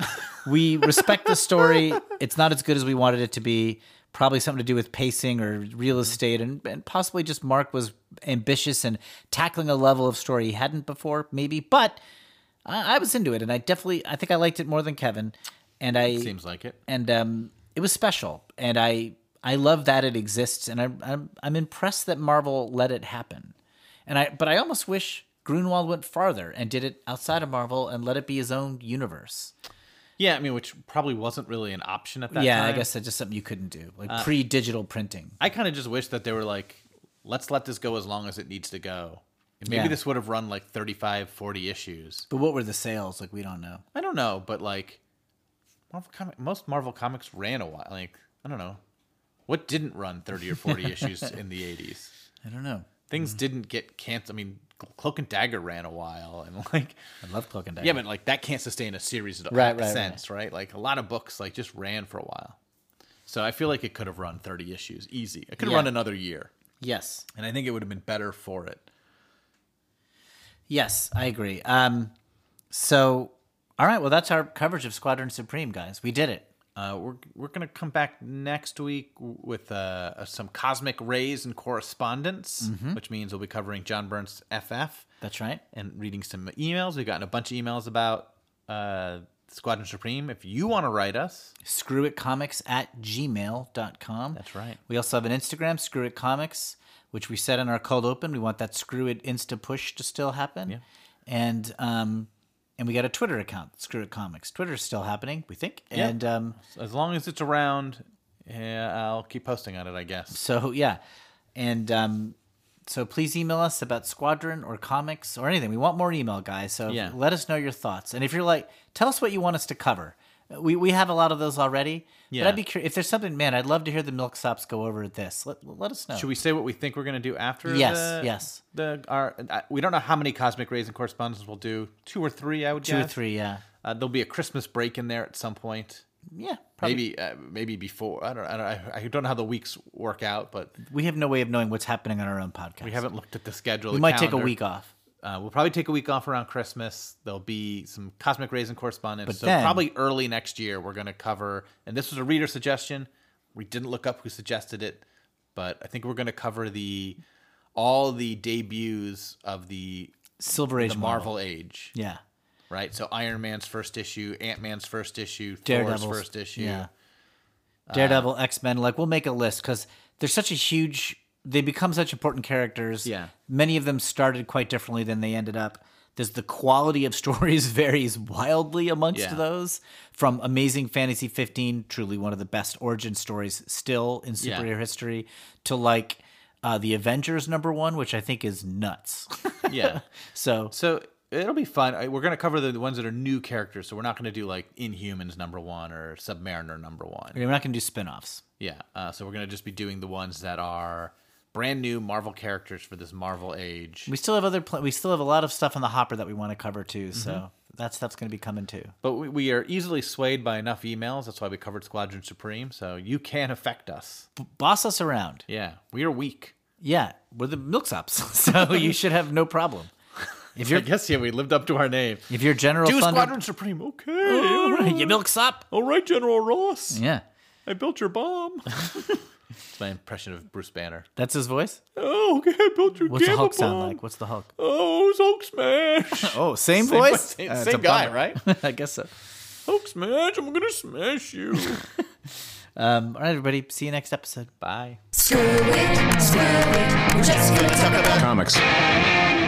S2: We respect the story. It's not as good as we wanted it to be. Probably something to do with pacing or real estate, and, and possibly just Mark was ambitious and tackling a level of story he hadn't before, maybe. But I, I was into it, and I definitely, I think I liked it more than Kevin. And I
S1: Seems like it.
S2: and um, it was special. And I I love that it exists, and I, I'm I'm impressed that Marvel let it happen. And I but I almost wish Grunwald went farther and did it outside of Marvel and let it be his own universe.
S1: Yeah, I mean, which probably wasn't really an option at that
S2: yeah,
S1: time. Uh,
S2: I guess that's just something you couldn't do, like pre digital printing.
S1: I kind of just wish that they were like, let's let this go as long as it needs to go. And maybe
S2: Yeah.
S1: this would have run like 35, 40 issues.
S2: But what were the sales? Like we don't know.
S1: I don't know, but like, Marvel comic, most Marvel comics ran a while. Like, I don't know. What didn't run 30 or 40 issues in the 80s?
S2: I don't know.
S1: Things didn't get canceled. I mean, Cloak and Dagger ran a while. And like,
S2: I love Cloak and Dagger.
S1: yeah, but like that can't sustain a series at
S2: Right,
S1: right,
S2: right,
S1: sense, right. Like a lot of books like just ran for a while. So I feel like it could have run 30 issues easy. It could have
S2: Yeah.
S1: run another year.
S2: yes,
S1: and I think it would have been better for it.
S2: yes, I agree. Um, so all right, well that's our coverage of Squadron Supreme, guys. We did it.
S1: Uh, we're we're gonna come back next week with uh, some cosmic rays and correspondence, which means we'll be covering John Burns FF
S2: That's right.
S1: and reading some emails. We've gotten a bunch of emails about uh, Squadron Supreme. If you want to write us,
S2: screwitcomics at gmail.com.
S1: That's right.
S2: We also have an Instagram, Screw It Comics, which we said in our cold open. We want that Screw It Insta push to still happen. And um, and we got a Twitter account, Screw It Comics. Twitter's still happening, we think.
S1: Yeah.
S2: And um,
S1: as long as it's around, yeah, I'll keep posting on it. I guess.
S2: so, yeah. And um, So please email us about Squadron or comics or anything. We want more email, guys. So
S1: Yeah.
S2: let us know your thoughts. And if you're like, tell us what you want us to cover. Uh, We, we have a lot of those already.
S1: Yeah.
S2: But I'd be curious if there's something, man, I'd love to hear the milksops go over this. Let, let us know.
S1: Should we say what we think we're going to do after?
S2: Yes,
S1: the-
S2: yes.
S1: The our I- we don't know how many cosmic rays and correspondences we'll do. Two or three, I would
S2: Two or
S1: guess.
S2: three, yeah.
S1: Uh, there'll be a Christmas break in there at some point.
S2: Yeah, probably.
S1: Maybe uh, maybe before. I don't. I don't. I- I don't know how the weeks work out, but
S2: We have no way of knowing what's happening on our own podcast.
S1: we haven't looked at the schedule.
S2: We
S1: the
S2: might take a
S1: calendar.
S2: week off.
S1: Uh, we'll probably take a week off around Christmas. There'll be some cosmic rays and correspondence. so
S2: then-
S1: probably early next year we're going to cover. And this was a reader suggestion. We didn't look up who suggested it, but I think we're going to cover the all the debuts of the
S2: Silver Age
S1: the
S2: Marvel.
S1: Marvel Age,
S2: Yeah.
S1: right? So Iron Man's first issue, Ant Man's first issue,
S2: Daredevil's
S1: Thor's first issue.
S2: Yeah. Daredevil, X Men, like we'll make a list because they're such a huge. They become such important characters.
S1: Yeah.
S2: Many of them started quite differently than they ended up. There's the quality of stories varies wildly amongst
S1: Yeah.
S2: those. From Amazing Fantasy 15, truly one of the best origin stories still in
S1: Yeah.
S2: superhero history, to like uh, the Avengers number one, which I think is nuts.
S1: yeah.
S2: so
S1: So it'll be fun. I- We're going to cover the, the ones that are new characters. So we're not going to do like Inhumans number one or Submariner number one.
S2: we're not going to do spin offs.
S1: Yeah. Uh, so we're gonna just be doing the ones that are brand new Marvel characters for this Marvel age.
S2: We still have other. Pl- we still have a lot of stuff on the hopper that we want to cover too. So
S1: Mm-hmm.
S2: that stuff's going to be coming too.
S1: But we, we are easily swayed by enough emails. That's why we covered Squadron Supreme. So you can affect us.
S2: boss us around.
S1: Yeah, we are weak.
S2: Yeah, we're the milksops, so you should have no problem. If
S1: I
S2: you're
S1: guess yeah, we lived up to our name.
S2: if you're General
S1: Do
S2: Thunder,
S1: Squadron Supreme. Okay.
S2: All right, you milksop.
S1: All right, General Ross.
S2: Yeah,
S1: I built your bomb. It's my impression of Bruce Banner.
S2: that's his voice.
S1: Oh, okay, I built your
S2: What's the
S1: gamma
S2: Hulk sound
S1: bomb.
S2: like? What's the Hulk?
S1: Oh, it's Hulk Smash.
S2: Oh, same,
S1: Same
S2: voice.
S1: voice, same-
S2: it's
S1: same
S2: a
S1: guy,
S2: bummer.
S1: right?
S2: I guess so.
S1: Hulk Smash, I'm gonna smash you.
S2: Um, all right, everybody. See you next episode.
S1: Bye.
S3: Screw it, screw it, we're just gonna talk about
S4: Comics.